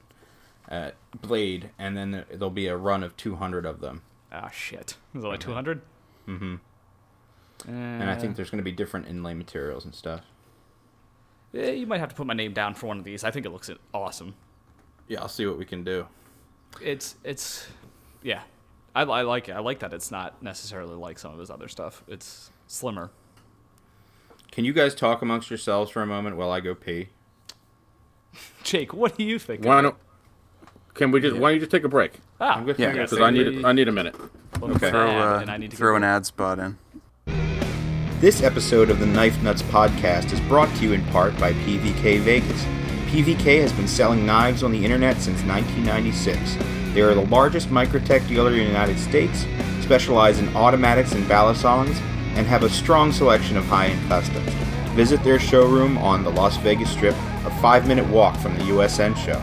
Speaker 4: at Blade, and then there- there'll be a run of 200 of them.
Speaker 3: Ah, shit. Is it like 200? Mm-hmm.
Speaker 4: And I think there's going to be different inlay materials and stuff.
Speaker 3: Eh, you might have to put my name down for one of these. I think it looks awesome.
Speaker 4: Yeah, I'll see what we can do.
Speaker 3: It's it's, yeah, I, I like it. I like that it's not necessarily like some of his other stuff. It's slimmer.
Speaker 4: Can you guys talk amongst yourselves for a moment while I go pee?
Speaker 3: Jake, what do you think? of
Speaker 1: Why
Speaker 3: it?
Speaker 1: don't? Can we just? Why don't you just take a break?
Speaker 3: Ah,
Speaker 4: I'm good.
Speaker 2: Yeah,
Speaker 4: I'm good.
Speaker 1: Because I need I need a minute.
Speaker 3: look, it's an
Speaker 2: Throw,
Speaker 3: ad,
Speaker 2: uh,
Speaker 3: and I need to
Speaker 2: throw
Speaker 3: get-
Speaker 2: an ad spot in.
Speaker 4: This episode of the Knife Nuts podcast is brought to you in part by PVK Vegas. PVK has been selling knives on the internet since 1996. They are the largest microtech dealer in the United States, specialize in automatics and balisongs, and have a strong selection of high-end customs. Visit their showroom on the Las Vegas Strip, a five-minute walk from the USN show.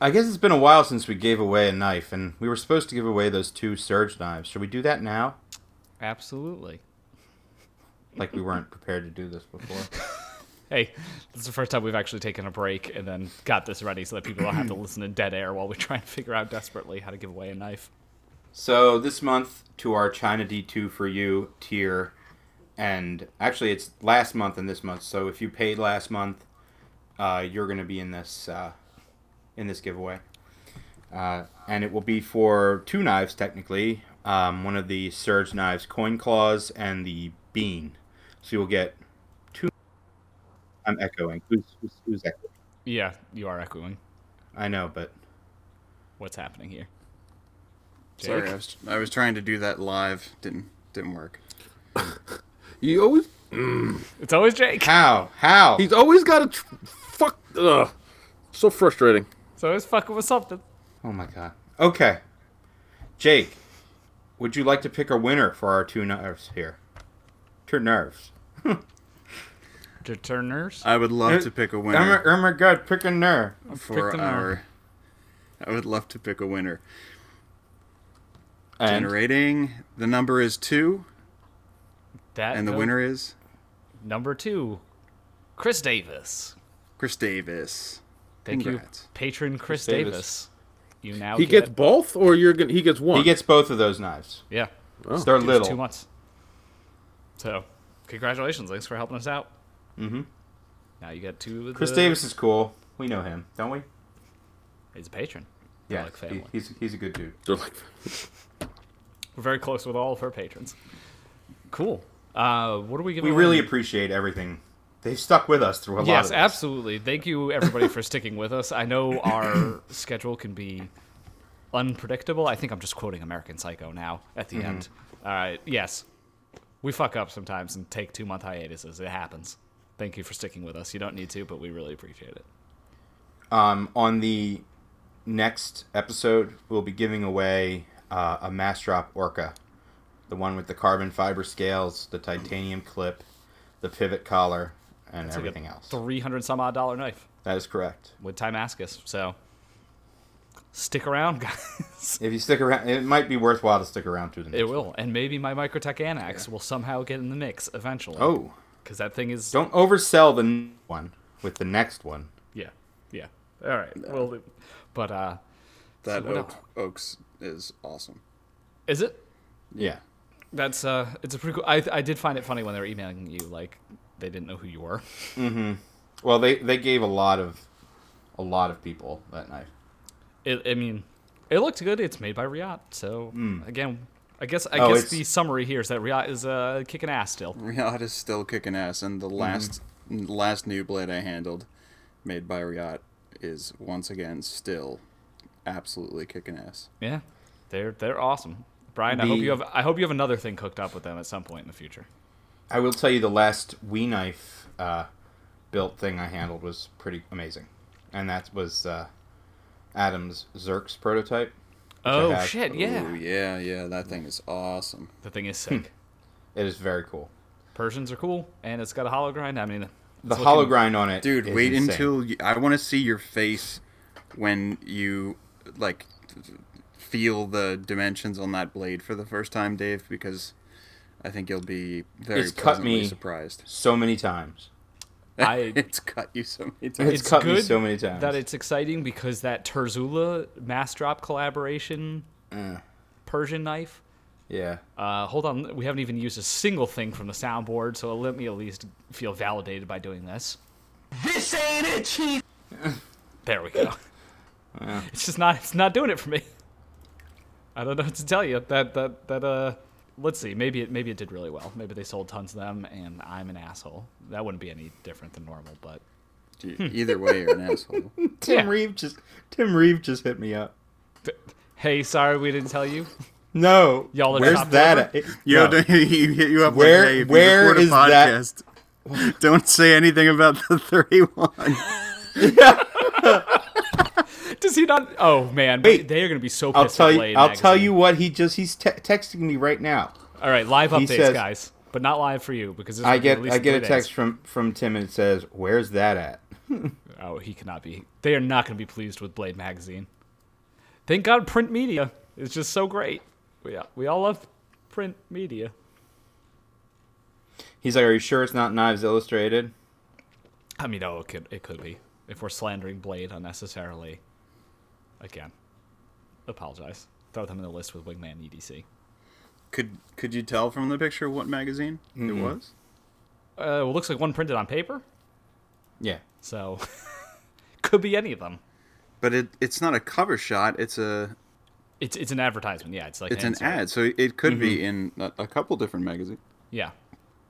Speaker 4: I guess it's been a while since we gave away a knife, and we were supposed to give away those two surge knives. Should we do that now?
Speaker 3: Absolutely.
Speaker 4: like we weren't prepared to do this before.
Speaker 3: Hey, this is the first time we've actually taken a break and then got this ready so that people don't have to listen to dead air while we try and figure out desperately how to give away a knife.
Speaker 4: so this month to our China D2 for you tier and actually it's last month and this month. So if you paid last month, uh, you're going to be in this uh, in this giveaway. Uh, and it will be for two knives technically. Um, one of the surge knives, coin claws, and the bean. So you'll get two. I'm echoing. Who's, who's, who's echoing?
Speaker 3: Yeah, you are echoing.
Speaker 4: I know, but
Speaker 3: What's happening here?
Speaker 2: Sorry, I was, I was trying to do that live. Didn't didn't work.
Speaker 1: You always
Speaker 3: It's always Jake.
Speaker 4: how? How?
Speaker 1: he's always got a tr- fuck. Ugh, so frustrating.
Speaker 3: So always fucking with something.
Speaker 4: Oh my god. Okay. Jake, would you like to pick a winner for our two nerves here? Two nerves.
Speaker 3: Turners.
Speaker 2: I would love to pick a
Speaker 4: Oh
Speaker 2: winner
Speaker 4: my, oh my god, pick a nerve.
Speaker 2: for
Speaker 3: them
Speaker 2: our. I would love to pick a winner.
Speaker 4: And
Speaker 2: Generating. The number is two,
Speaker 3: That
Speaker 2: and the
Speaker 3: goes-
Speaker 2: winner is
Speaker 3: number two, Chris Davis.
Speaker 2: Chris Davis.
Speaker 3: Thank
Speaker 2: Congrats.
Speaker 3: you, patron Chris,
Speaker 4: Davis.
Speaker 3: Davis. You now
Speaker 1: He
Speaker 3: get,
Speaker 1: gets both, or you're gonna he gets one.
Speaker 4: he gets both of those knives.
Speaker 3: yeah,
Speaker 4: They're
Speaker 3: it's two
Speaker 4: little.
Speaker 3: months. So, congratulations! Thanks for helping us out. Mm-hmm. Now you get two. Of
Speaker 4: Chris
Speaker 3: the-
Speaker 4: Davis is cool. We know him, don't we?
Speaker 3: He's a patron. We're
Speaker 4: Yeah,
Speaker 3: like
Speaker 4: he-
Speaker 3: family.
Speaker 4: he's, he's a good dude.
Speaker 1: They're like,
Speaker 3: We're very close with all of her patrons. Cool. Uh, what are we
Speaker 4: We
Speaker 3: giving?
Speaker 4: really
Speaker 3: away?
Speaker 4: appreciate everything. They've stuck with us through a lot of
Speaker 3: Yes,
Speaker 4: this.
Speaker 3: absolutely. Thank you, everybody, for sticking with us. I know our schedule can be unpredictable. I think I'm just quoting American Psycho now at
Speaker 4: Mm-hmm.
Speaker 3: the end. All right. Yes, we fuck up sometimes and take two month hiatuses. It happens. Thank you for sticking with us. You don't need to, but we really appreciate it.
Speaker 4: Um, on the next episode, we'll be giving away uh, a Mastrop Orca, the one with the carbon fiber scales, the titanium clip, the pivot collar, and everything else.
Speaker 3: Three hundred some odd dollar knife
Speaker 4: that is correct.
Speaker 3: with Timascus. So stick around, guys.
Speaker 4: If you stick around, it might be worthwhile to stick around through the next.
Speaker 3: It will, and maybe my Microtech Annex will somehow get in the mix eventually.
Speaker 4: Oh,
Speaker 3: because that thing is
Speaker 4: don't oversell the n- one with the next one.
Speaker 3: Yeah, yeah. All right. Well, do. but uh,
Speaker 2: That
Speaker 3: what
Speaker 2: oak,
Speaker 3: else?
Speaker 2: Oaks is awesome.
Speaker 3: is it?
Speaker 4: Yeah.
Speaker 3: That's uh, it's a pretty cool. I I did find it funny when they were emailing you, like they didn't know who you were.
Speaker 4: Well, they they gave a lot of, a lot of people that knife.
Speaker 3: It, I mean, it looked good. It's made by Riot, so again, I guess I
Speaker 4: Oh,
Speaker 3: guess
Speaker 4: it's-
Speaker 3: the summary here is that Riot is uh kicking ass still.
Speaker 2: Riot is still kicking ass, and the last
Speaker 3: Mm-hmm.
Speaker 2: last new blade I handled, made by Riot, is once again still absolutely kicking ass.
Speaker 3: Yeah, they're they're awesome. Brian, I hope
Speaker 4: The-
Speaker 3: you have I hope you have another thing cooked up with them at some point in the future.
Speaker 4: I will tell you the last Wii knife uh, built thing I handled was pretty amazing, and that was uh, Adam's Zerk's prototype.
Speaker 3: Oh
Speaker 4: have-
Speaker 3: shit!
Speaker 2: Ooh,
Speaker 3: Yeah,
Speaker 2: yeah, yeah, that thing is awesome.
Speaker 3: the thing is sick.
Speaker 4: It is very cool.
Speaker 3: Persians are cool, and it's got a hollow grind. I mean, it's
Speaker 4: The
Speaker 3: looking-
Speaker 4: hollow grind on it,
Speaker 2: Dude,
Speaker 4: is
Speaker 2: wait
Speaker 4: insane.
Speaker 2: until you, I want to see your face when you like feel the dimensions on that blade for the first time, Dave, because I think you'll be very
Speaker 4: It's cut
Speaker 2: pleasantly
Speaker 4: me.
Speaker 2: surprised.
Speaker 4: so many times.
Speaker 3: I
Speaker 2: it's cut you so many times.
Speaker 4: It's,
Speaker 3: It's
Speaker 4: cut me
Speaker 3: good
Speaker 4: so many times.
Speaker 3: that it's exciting because that Terzula mass drop collaboration Persian knife.
Speaker 4: yeah.
Speaker 3: Uh, hold on, we haven't even used a single thing from the soundboard, so let me at least feel validated by doing this.
Speaker 5: This ain't it, Chief.
Speaker 3: There we go. It's just not it's not doing it for me. I don't know what to tell you. That that that uh let's see, maybe it maybe it did really well. Maybe they sold tons of them and I'm an asshole. That wouldn't be any different than normal, but
Speaker 2: Either way, you're an asshole.
Speaker 4: Tim
Speaker 3: Yeah.
Speaker 4: Reeve just Tim Reeve just hit me up.
Speaker 3: hey, sorry we didn't tell you.
Speaker 4: No,
Speaker 3: Y'all are
Speaker 4: where's
Speaker 3: top
Speaker 4: that?
Speaker 3: deliver?
Speaker 4: At?
Speaker 2: Yo,
Speaker 4: No.
Speaker 2: don't- you hit you up
Speaker 4: Where-
Speaker 2: like, hey, if you
Speaker 4: where
Speaker 2: record a
Speaker 4: is that-
Speaker 2: podcast, don't say anything about the 31.
Speaker 3: Does he not Oh man,
Speaker 4: Wait.
Speaker 3: they are going to be so pissed
Speaker 4: I'll tell
Speaker 3: at
Speaker 4: you.
Speaker 3: Blade
Speaker 4: I'll tell
Speaker 3: magazine.
Speaker 4: you what he just he's te- texting me right now.
Speaker 3: All right, live updates
Speaker 4: says-
Speaker 3: guys, but not live for you because this
Speaker 4: I
Speaker 3: will be
Speaker 4: get
Speaker 3: released
Speaker 4: I
Speaker 3: in
Speaker 4: get a
Speaker 3: three days.
Speaker 4: text from from Tim and it says, "Where's that at?"
Speaker 3: Oh, he cannot be. They are not going to be pleased with Blade magazine. Thank God print media is just so great. We, we all love print media.
Speaker 4: He's like, "Are you sure it's not Knives Illustrated?"
Speaker 3: I mean, oh, it could it could be if we're slandering Blade unnecessarily. Again, apologize. Throw them in the list with Wingman E EDC.
Speaker 2: Could could you tell from the picture what magazine it was?
Speaker 3: Uh, well, looks like one printed on paper,
Speaker 4: Yeah.
Speaker 3: so could be any of them.
Speaker 2: But it, it's not a cover shot. It's a
Speaker 3: It's it's an advertisement. Yeah, it's like
Speaker 2: it's an
Speaker 3: insert.
Speaker 2: ad, so it could be in
Speaker 4: Mm-hmm.
Speaker 2: a, a couple different magazines.
Speaker 3: Yeah.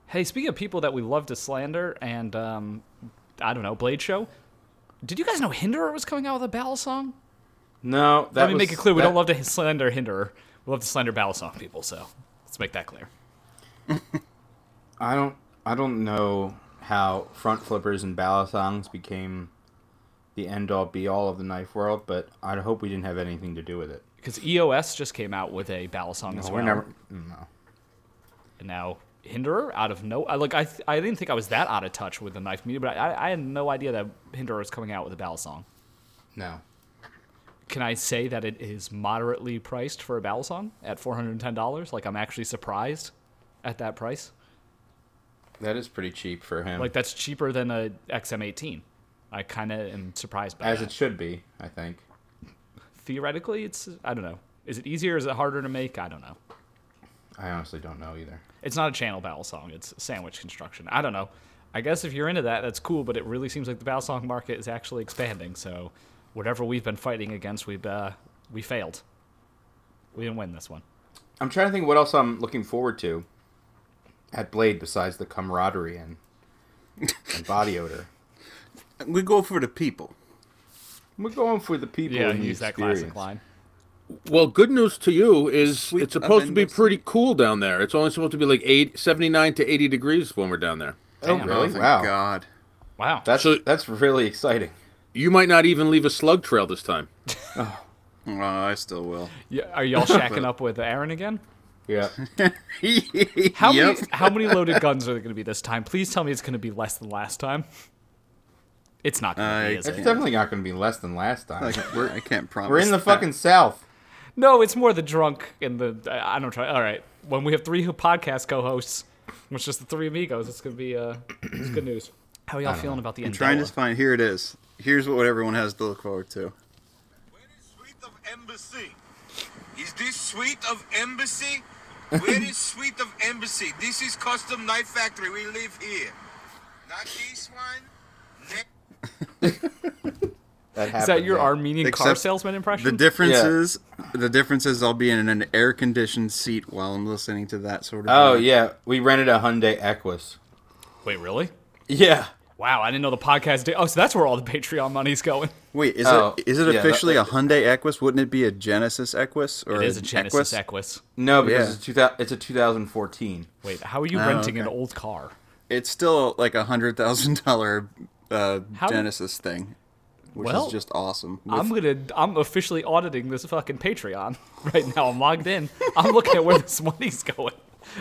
Speaker 3: Hey, speaking of people that we love to slander and um, I don't know, Blade Show. Did you guys know Hinderer was coming out with a battle song?
Speaker 4: No, that
Speaker 3: Let me
Speaker 4: was-
Speaker 3: make it clear we
Speaker 4: that-
Speaker 3: don't love to slander Hinderer. We love to slander battle song people, so let's make that clear.
Speaker 4: I don't. I don't know how front flippers and ballad songs became the end all be all of the knife world, but I hope we didn't have anything to do with it.
Speaker 3: Because EOS E just came out with a battle song as
Speaker 4: So
Speaker 3: well.
Speaker 4: we're never. No.
Speaker 3: And now Hinderer out of no. I, look, I, th- I didn't think I was that out of touch with the knife media, but I, I had no idea that Hinderer was coming out with a battle song.
Speaker 4: No.
Speaker 3: Can I say that it is moderately priced for a battle song at $410? Like, I'm actually surprised at that price.
Speaker 4: That is pretty cheap for him.
Speaker 3: Like that's cheaper than a XM18. I kind of am surprised by
Speaker 4: as
Speaker 3: that.
Speaker 4: it should be, I think.
Speaker 3: Theoretically, it's I don't know. Is it easier? Is it harder to make? I don't know.
Speaker 4: I honestly don't know either.
Speaker 3: It's not a channel battle song. It's sandwich construction. I don't know. I guess if you're into that, that's cool. But it really seems like the battle song market is actually expanding. So whatever we've been fighting against, we've uh, we failed. We didn't win this one.
Speaker 4: I'm trying to think what else I'm looking forward to at Blade besides the camaraderie and, and body odor.
Speaker 2: We go for the people.
Speaker 4: We're going for the people.
Speaker 3: Yeah,
Speaker 4: and the
Speaker 3: use that classic
Speaker 4: experience.
Speaker 3: line.
Speaker 1: Well, good news to you is
Speaker 2: Sweet
Speaker 1: it's supposed to be
Speaker 2: ovens.
Speaker 1: pretty cool down there. It's only supposed to be like eight, 79 to 80 degrees when we're down there.
Speaker 4: Oh,
Speaker 3: Damn.
Speaker 2: Oh,
Speaker 4: really?
Speaker 2: thank
Speaker 4: wow.
Speaker 2: God.
Speaker 3: Wow.
Speaker 4: That's
Speaker 1: So-
Speaker 4: that's really exciting.
Speaker 1: You might not even leave a slug trail this time.
Speaker 2: Oh, I still will.
Speaker 3: Yeah, Are y'all shacking up with Aaron again?
Speaker 4: Yeah.
Speaker 3: How
Speaker 2: Yep.
Speaker 3: many how many loaded guns are there going to be this time? Please tell me it's going to be less than last time. It's not going to
Speaker 2: I
Speaker 3: be, is
Speaker 4: It's
Speaker 3: it?
Speaker 4: definitely not going to be less than last time.
Speaker 2: I can't- we're- I can't promise.
Speaker 4: We're in the
Speaker 2: that.
Speaker 4: fucking south.
Speaker 3: No, it's more the drunk and the I I don't try. All right, when we have three podcast co-hosts, which is just the three amigos, it's going to be uh, it's good news. How are y'all feeling about the end?
Speaker 2: Trying to find. Here it is. Here's what everyone has to look forward to.
Speaker 6: Where is suite of embassy? Is this suite of embassy? Where is suite of embassy? This is custom knife factory. We live here. Not this one. Next.
Speaker 4: That
Speaker 3: Is
Speaker 4: happened,
Speaker 3: that your
Speaker 4: yeah.
Speaker 3: Armenian car
Speaker 2: Except
Speaker 3: salesman
Speaker 2: The
Speaker 3: impression?
Speaker 2: difference
Speaker 4: Yeah.
Speaker 2: is, the difference is I'll be in an air conditioned seat while I'm listening to that sort of.
Speaker 4: Oh
Speaker 2: thing.
Speaker 4: yeah, we rented a Hyundai Equus.
Speaker 3: Wait, really?
Speaker 4: Yeah.
Speaker 3: Wow, I didn't know the podcast. Did. Oh, so that's where all the Patreon money's going.
Speaker 2: Wait, is
Speaker 4: Oh,
Speaker 2: it is it
Speaker 4: yeah, that-
Speaker 2: officially a Hyundai Equus? Wouldn't it be a Genesis Equus or
Speaker 3: It is a
Speaker 2: an
Speaker 3: Genesis Equus.
Speaker 4: No, because
Speaker 2: Yeah.
Speaker 4: it's a 2000, it's a 2014.
Speaker 3: Wait, how are you
Speaker 2: Oh,
Speaker 3: renting an
Speaker 2: okay.
Speaker 3: old car?
Speaker 2: It's still like a hundred thousand dollar uh,
Speaker 3: How-
Speaker 2: Genesis thing, which
Speaker 3: Well,
Speaker 2: is just awesome. With-
Speaker 3: I'm gonna. I'm officially auditing this fucking Patreon right now. I'm logged in. I'm looking at where this money's going.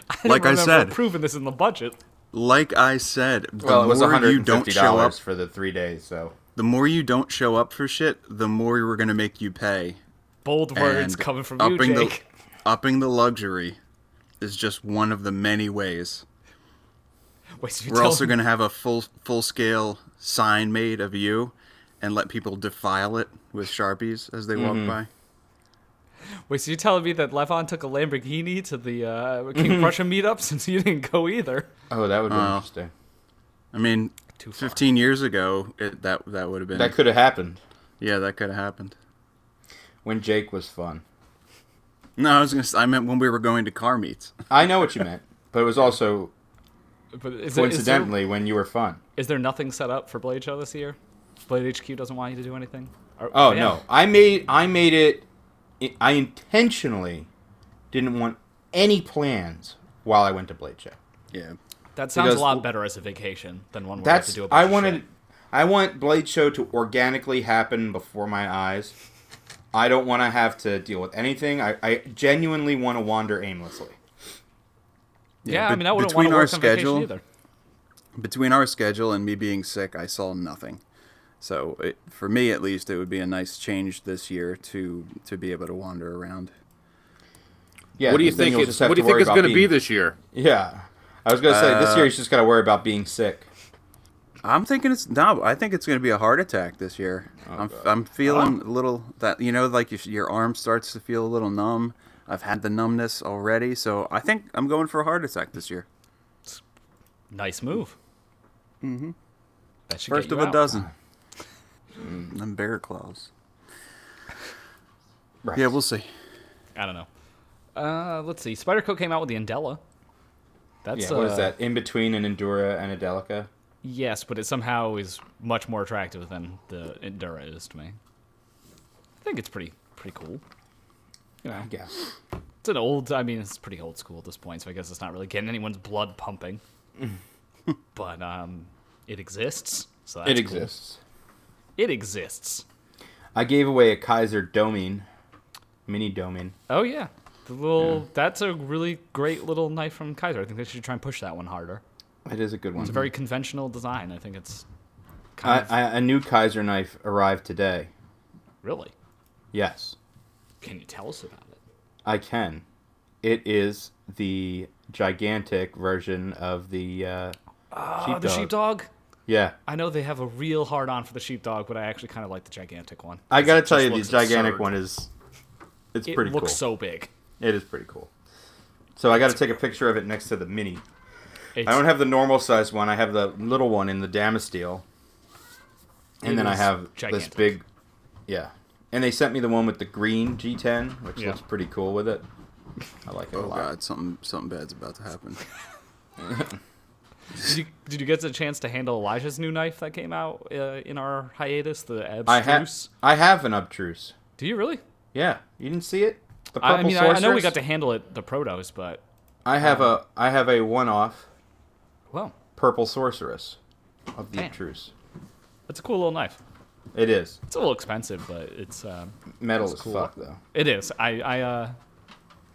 Speaker 3: I don't
Speaker 2: Like I
Speaker 3: remember
Speaker 2: said.
Speaker 3: approving this in the budget.
Speaker 2: like I said, the
Speaker 4: Well, it was
Speaker 2: more you
Speaker 4: 150
Speaker 2: don't show up,
Speaker 4: dollars for the three days. So
Speaker 2: the more you don't show up for shit, the more we're gonna make you pay.
Speaker 3: Bold words
Speaker 2: And
Speaker 3: coming from you,
Speaker 2: upping
Speaker 3: Jake.
Speaker 2: The, upping the luxury is just one of the many ways.
Speaker 3: Wait, so you
Speaker 2: We're
Speaker 3: tell
Speaker 2: also
Speaker 3: me-
Speaker 2: going to have a full full scale sign made of you, and let people defile it with sharpies as they
Speaker 4: Mm-hmm.
Speaker 2: walk by.
Speaker 3: Wait, so you're telling me that Levon took a Lamborghini to the uh,
Speaker 2: Mm-hmm.
Speaker 3: King Prussia meetup since you didn't go either?
Speaker 4: Oh, that would be interesting.
Speaker 2: I mean,
Speaker 3: Too far.
Speaker 2: 15 years ago, it, that that would have been
Speaker 4: That could have happened
Speaker 2: yeah, that could have happened.
Speaker 4: when Jake was fun.
Speaker 2: No, I was gonna. s- I meant when we were going to car meets.
Speaker 4: I know what you meant, but it was also
Speaker 3: But is there- is there-
Speaker 4: coincidentally when you were fun.
Speaker 3: is there nothing set up for Blade Show this year? Blade HQ doesn't want you to do anything. Or-
Speaker 4: Oh
Speaker 3: yeah.
Speaker 4: no, I made I made it. I intentionally didn't want any plans while I went to Blade Show.
Speaker 2: Yeah,
Speaker 3: that sounds
Speaker 4: because-
Speaker 3: a lot better as a vacation than one where you have to
Speaker 4: That's
Speaker 3: do a bunch
Speaker 4: I
Speaker 3: of
Speaker 4: wanted.
Speaker 3: shit.
Speaker 4: I want Blade Show to organically happen before my eyes. I don't want to have to deal with anything. I, I genuinely want to wander aimlessly.
Speaker 3: Yeah, I
Speaker 2: but
Speaker 3: mean, I wouldn't want
Speaker 2: between
Speaker 3: to
Speaker 2: our
Speaker 3: work on vacation
Speaker 2: schedule-
Speaker 3: either.
Speaker 2: between our schedule and me being sick, I saw nothing. So it, for me, at least, it would be a nice change this year to to be able to wander around.
Speaker 4: Yeah.
Speaker 1: What do you
Speaker 4: because then
Speaker 1: think?
Speaker 4: you'll
Speaker 1: It's,
Speaker 4: just have
Speaker 1: what do
Speaker 4: to
Speaker 1: you think
Speaker 4: worry
Speaker 1: it's
Speaker 4: about
Speaker 1: going to be
Speaker 4: being-
Speaker 1: this year?
Speaker 4: Yeah. I was gonna say this
Speaker 2: Uh,
Speaker 4: year you just gotta worry about being sick.
Speaker 2: I'm thinking it's no. I think it's going to be a heart attack this year.
Speaker 3: Oh,
Speaker 2: I'm, I'm feeling a little that you know, like your, your arm starts to feel a little numb. I've had the numbness already, so I think I'm going for a heart attack this year.
Speaker 3: Nice move. Mm-hmm. That should
Speaker 2: First
Speaker 3: get
Speaker 2: of
Speaker 3: you
Speaker 2: a
Speaker 3: out. Hmm.
Speaker 2: dozen. Them bear claws.
Speaker 4: Right.
Speaker 2: Yeah, we'll see.
Speaker 3: I don't know. Uh, let's see. Spyderco came out with the Endela. That's
Speaker 4: Yeah, what
Speaker 3: uh,
Speaker 4: is that? In between an Endura and a Delica?
Speaker 3: Yes, but it somehow is much more attractive than the Endura is to me. I think it's pretty pretty cool. You know,
Speaker 4: Yeah.
Speaker 3: it's an old. I mean, it's pretty old school at this point, so I guess it's not really getting anyone's blood pumping. but um, it exists. So that's
Speaker 4: it
Speaker 3: cool.
Speaker 4: exists.
Speaker 3: It exists.
Speaker 4: I gave away a Kaiser Domin. Mini Domin.
Speaker 3: Oh yeah, the little. That's a really great little knife from Kaiser. I think they should try and push that one harder.
Speaker 4: It is a good one.
Speaker 3: It's a very conventional design. I think it's
Speaker 4: I,
Speaker 3: kind
Speaker 4: I, a new Kaiser knife arrived today.
Speaker 3: of really.
Speaker 4: Yes,
Speaker 3: Can you tell us about it?
Speaker 4: I can. It is the gigantic version of the uh,
Speaker 3: Oh, the sheepdog.
Speaker 4: Yeah,
Speaker 3: I know they have a real hard on for the sheepdog, but I actually kind of like the gigantic one.
Speaker 4: I gotta
Speaker 3: It
Speaker 4: tell
Speaker 3: just
Speaker 4: you, the
Speaker 3: looks
Speaker 4: gigantic
Speaker 3: absurd.
Speaker 4: one is it's
Speaker 3: It
Speaker 4: pretty
Speaker 3: looks
Speaker 4: cool.
Speaker 3: so big.
Speaker 4: it is pretty cool. So I gotta take a picture of it next to the mini.
Speaker 3: It's,
Speaker 4: I don't have the normal size one. I have the little one in the Damasteel. And
Speaker 3: It
Speaker 4: then I
Speaker 3: is
Speaker 4: have
Speaker 3: gigantic.
Speaker 4: this big, yeah. And they sent me the one with the green G10, which
Speaker 3: Yeah.
Speaker 4: looks pretty cool with it. I like it a
Speaker 2: Oh
Speaker 4: lot.
Speaker 2: God, something something bad's about to happen.
Speaker 3: Did you, did you get a chance to handle Elijah's new knife that came out uh, in our hiatus? The
Speaker 4: I have
Speaker 3: abstruse.
Speaker 4: I have an obtruse.
Speaker 3: Do you really?
Speaker 4: Yeah, you didn't see it. The
Speaker 3: I, I mean, I, I know we
Speaker 4: sorceress?
Speaker 3: got to handle it, the protos, but
Speaker 4: I have a I have a one-off
Speaker 3: well,
Speaker 4: purple sorceress of the
Speaker 3: Damn.
Speaker 4: obtruse.
Speaker 3: that's a cool little knife.
Speaker 4: It is
Speaker 3: It's a little expensive, but it's um,
Speaker 4: metal as fuck though.
Speaker 3: it is. I I uh,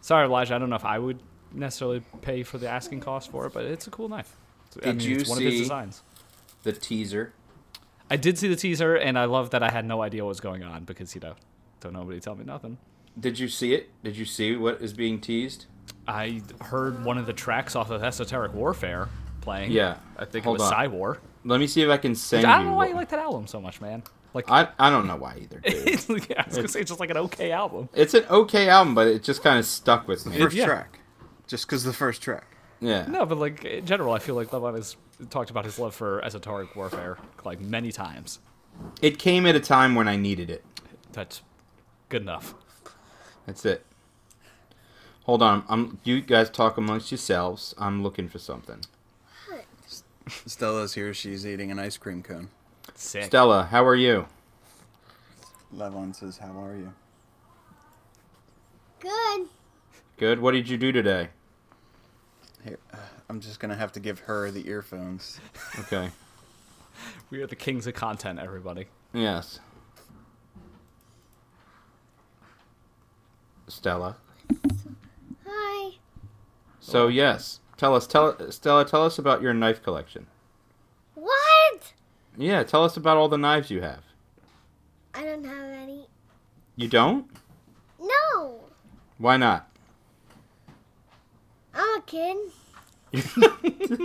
Speaker 3: sorry, Elijah. I don't know if I would necessarily pay for the asking cost for it, but it's a cool knife. Did I mean,
Speaker 4: you
Speaker 3: it's one of his
Speaker 4: see-
Speaker 3: designs?
Speaker 4: The teaser.
Speaker 3: I did see the teaser, and I love that I had no idea what was going on because you know, don't nobody tell me nothing.
Speaker 4: Did you see it? Did you see what is being teased?
Speaker 3: I heard one of the tracks off of Esoteric Warfare playing.
Speaker 4: Yeah, I think hold
Speaker 3: it was
Speaker 4: on.
Speaker 3: Cywar.
Speaker 4: Let me see if I can send
Speaker 3: I don't
Speaker 4: you.
Speaker 3: know why you
Speaker 4: what-
Speaker 3: like that album so much, man. Like,
Speaker 4: I I don't know why either. Dude.
Speaker 3: it's, like- yeah, I was gonna say it's just like an okay album.
Speaker 4: it's an okay album, but it just kind of stuck with me.
Speaker 2: First
Speaker 3: yeah.
Speaker 2: track, just because the first track.
Speaker 4: Yeah.
Speaker 3: No, but like in general, I feel like Levon has talked about his love for Esoteric Warfare like many times.
Speaker 4: It came at a time when I needed it.
Speaker 3: That's good enough.
Speaker 4: That's it. Hold on. I'm you guys talk amongst yourselves. I'm looking for something.
Speaker 2: Stella's here. She's eating an ice cream cone.
Speaker 3: Sick.
Speaker 4: Stella, how are you?
Speaker 2: Levon says, "How are you?"
Speaker 7: Good.
Speaker 4: Good. What did you do today?
Speaker 2: Here, uh, I'm just gonna have to give her the earphones.
Speaker 4: Okay.
Speaker 3: we are the kings of content, everybody.
Speaker 4: Yes. Stella.
Speaker 7: Hi.
Speaker 3: Oh.
Speaker 4: So yes, tell us, tell Stella, tell us about your knife collection.
Speaker 7: What?
Speaker 4: Yeah, tell us about all the knives you have.
Speaker 7: I don't have any.
Speaker 4: You don't?
Speaker 7: No.
Speaker 4: Why not?
Speaker 7: I'm kid.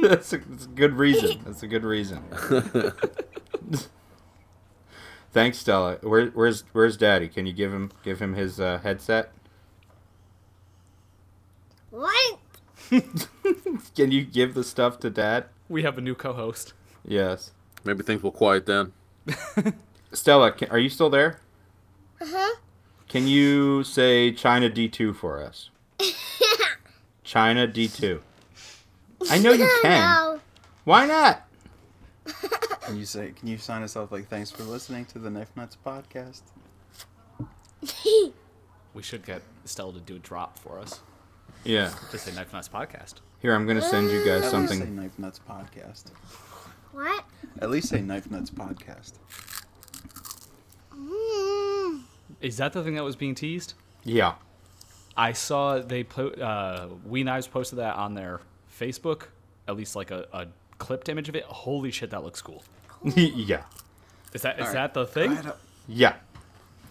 Speaker 4: that's, a, that's a good reason. That's a good reason. Thanks, Stella. Where, where's Where's Daddy? Can you give him give him his uh, headset?
Speaker 7: What?
Speaker 4: Can you give the stuff to Dad?
Speaker 3: We have a new co-host.
Speaker 4: Yes.
Speaker 1: Maybe things will quiet down.
Speaker 4: Stella, can, are you still there?
Speaker 7: Uh huh.
Speaker 4: Can you say China D2 for us? China D2. I know you can.
Speaker 7: No.
Speaker 4: Why not?
Speaker 2: Can you say? Can you sign us off like thanks for listening to the Knife Nuts podcast?
Speaker 3: We should get Stella to do a drop for us.
Speaker 4: Yeah.
Speaker 3: Just say Knife Nuts podcast.
Speaker 4: Here, I'm going to send you guys
Speaker 2: At least say
Speaker 4: something.
Speaker 2: Knife Nuts podcast.
Speaker 7: what?
Speaker 2: At least say Knife Nuts podcast.
Speaker 7: Mm.
Speaker 3: Is that the thing that was being teased?
Speaker 4: Yeah.
Speaker 3: I saw they put uh, We Knives posted that on their Facebook, at least like a, a clipped image of it. Holy shit, that looks cool.
Speaker 4: yeah.
Speaker 3: Is that is
Speaker 2: right.
Speaker 3: that the
Speaker 2: I
Speaker 3: thing?
Speaker 2: don't
Speaker 4: Yeah.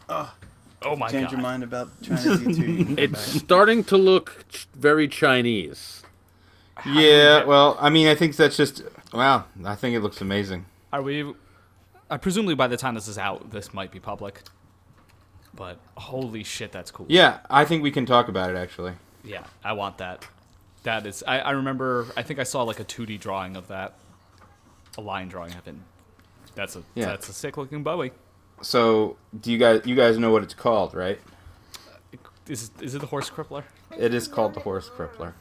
Speaker 3: Oh my
Speaker 2: change
Speaker 3: god!
Speaker 2: your mind about China D two. You can go
Speaker 1: It's
Speaker 2: back.
Speaker 1: starting to look ch- very Chinese.
Speaker 4: Yeah, well, I mean, I think that's just. Wow, I think it looks amazing.
Speaker 3: Are we? Uh, presumably by the time this is out, this might be public. But holy shit, that's cool.
Speaker 4: Yeah, I think we can talk about it, actually.
Speaker 3: Yeah, I want that. That is, I, I remember. I think I saw like a 2D drawing of that, a line drawing of it. That's a
Speaker 4: Yeah.
Speaker 3: that's a sick looking Bowie.
Speaker 4: So, do you guys you guys know what it's called, right?
Speaker 3: Is is it the horse crippler?
Speaker 4: It is called the horse crippler.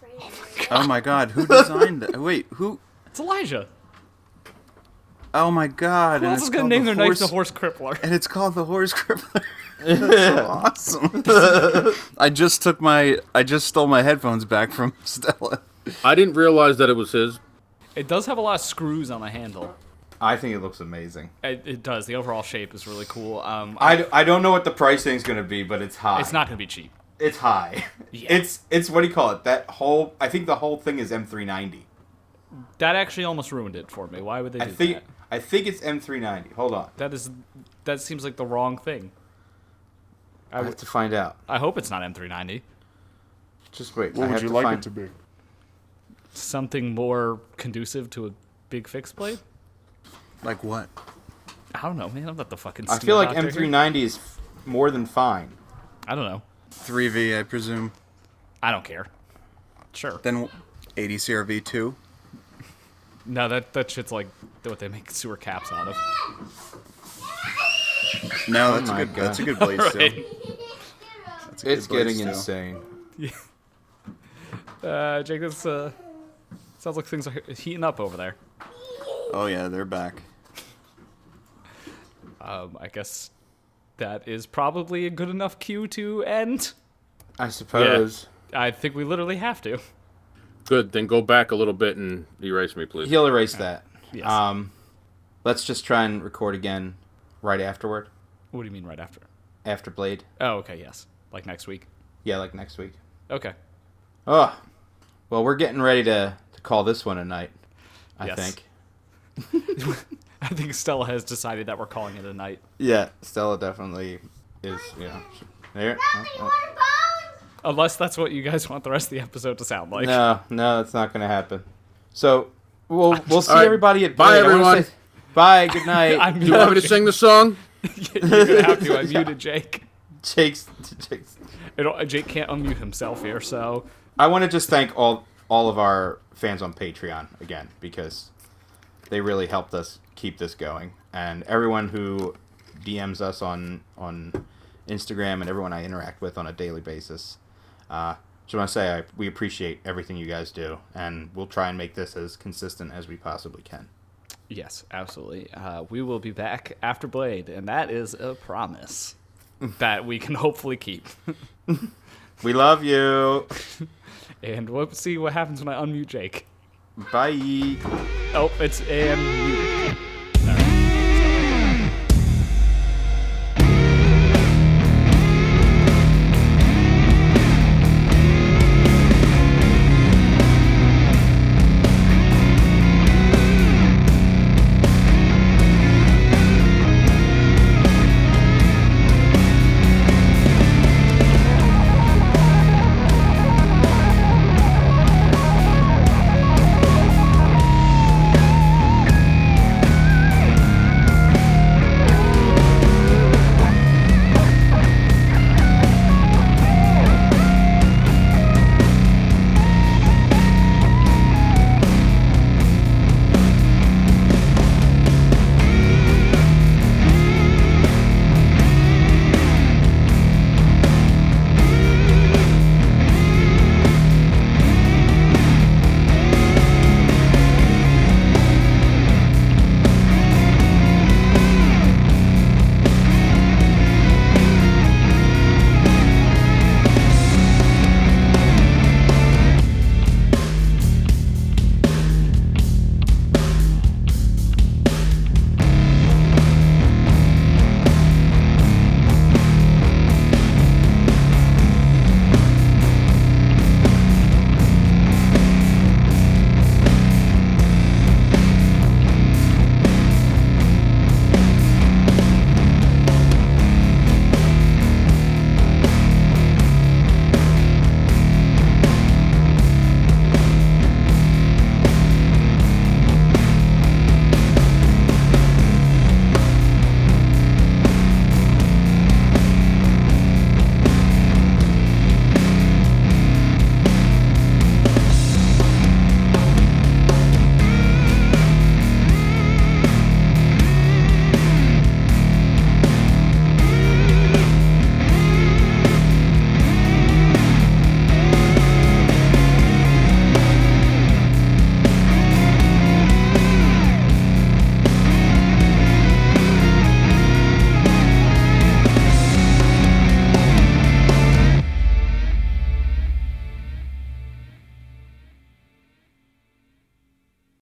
Speaker 2: Oh my God! Who designed that? Wait, who?
Speaker 3: It's Elijah.
Speaker 2: Oh my God!
Speaker 3: Who
Speaker 2: and
Speaker 3: else
Speaker 2: it's
Speaker 3: is gonna
Speaker 2: called
Speaker 3: name
Speaker 2: the
Speaker 3: their knife the horse crippler?
Speaker 2: and it's called the horse crippler. That's so awesome. I just took my I just stole my headphones back from Stella.
Speaker 1: I didn't realize that it was his.
Speaker 3: It does have a lot of screws on the handle.
Speaker 4: I think it looks amazing.
Speaker 3: It, it does. The overall shape is really cool. Um,
Speaker 4: I, d- I don't know what the pricing's going to be, but it's high.
Speaker 3: it's not gonna be cheap.
Speaker 4: It's high.
Speaker 3: Yeah.
Speaker 4: It's it's what do you call it? That whole I think the whole thing is M390.
Speaker 3: That actually almost ruined it for me. Why would they do
Speaker 4: I think
Speaker 3: that?
Speaker 4: I think it's M390. Hold on.
Speaker 3: That is that seems like the wrong thing.
Speaker 4: I have to find out.
Speaker 3: I hope it's not M390.
Speaker 4: Just wait. I
Speaker 8: What would
Speaker 4: have
Speaker 8: you
Speaker 4: to
Speaker 8: like
Speaker 4: find...
Speaker 8: it to be?
Speaker 3: Something more conducive to a big fixed blade.
Speaker 2: Like what?
Speaker 3: I don't know, man. I'm not the fucking.
Speaker 4: I feel like
Speaker 3: skin doctor here.
Speaker 4: M390 is f- more than fine.
Speaker 3: I don't know.
Speaker 2: Three V, I presume.
Speaker 3: I don't care. Sure.
Speaker 2: Then eighty CRV two.
Speaker 3: No, that that shit's like what they make sewer caps out of.
Speaker 2: No, that's
Speaker 4: my
Speaker 2: a good.
Speaker 4: God.
Speaker 2: That's a good blade still.
Speaker 3: Right.
Speaker 2: That's a good
Speaker 4: It's
Speaker 2: blade
Speaker 4: getting
Speaker 2: still.
Speaker 4: insane.
Speaker 3: Uh, Jake, this uh, sounds like things are he- heating up over there.
Speaker 2: Oh yeah, they're back.
Speaker 3: Um, I guess that is probably a good enough cue to end.
Speaker 4: I suppose
Speaker 3: I think we literally have to.
Speaker 1: Good. Then go back a little bit and erase me, please.
Speaker 4: he'll erase that.
Speaker 3: Yes.
Speaker 4: Um, let's just try and record again right afterward,
Speaker 3: What do you mean right after?
Speaker 4: after Blade.
Speaker 3: Oh, okay, yes. Like next week.
Speaker 4: Yeah, like next week.
Speaker 3: Okay.
Speaker 4: Oh, well, we're getting ready to, to call this one a night. I
Speaker 3: Yes.
Speaker 4: think.
Speaker 3: I think Stella has decided that we're calling it a night.
Speaker 4: Yeah, Stella definitely is. You know, she- there. oh,
Speaker 7: You
Speaker 4: oh.
Speaker 7: want a bone?
Speaker 3: Unless that's what you guys want the rest of the episode to sound like.
Speaker 4: uh, No, no, that's not gonna happen. So we'll we'll see
Speaker 1: right.
Speaker 4: everybody at
Speaker 1: Bye,
Speaker 4: Blade. I wanna
Speaker 1: everyone.
Speaker 4: say- bye. Good night.
Speaker 3: I'm
Speaker 1: Do you want me to
Speaker 3: muted.
Speaker 1: sing the song?
Speaker 3: You're gonna have to. I muted Jake.
Speaker 4: Jake's, Jake's.
Speaker 3: It, don't- uh, Jake can't unmute himself here, so
Speaker 4: I want to just thank all all of our fans on Patreon again because they really helped us keep this going, and everyone who DMs us on on Instagram and everyone I interact with on a daily basis. Uh, just want to say I, we appreciate everything you guys do, and we'll try and make this as consistent as we possibly can.
Speaker 3: yes, absolutely. Uh, we will be back after Blade, and that is a promise that we can hopefully keep.
Speaker 4: We love you.
Speaker 3: And we'll see what happens when I unmute Jake.
Speaker 4: Bye.
Speaker 3: Oh, it's and muted.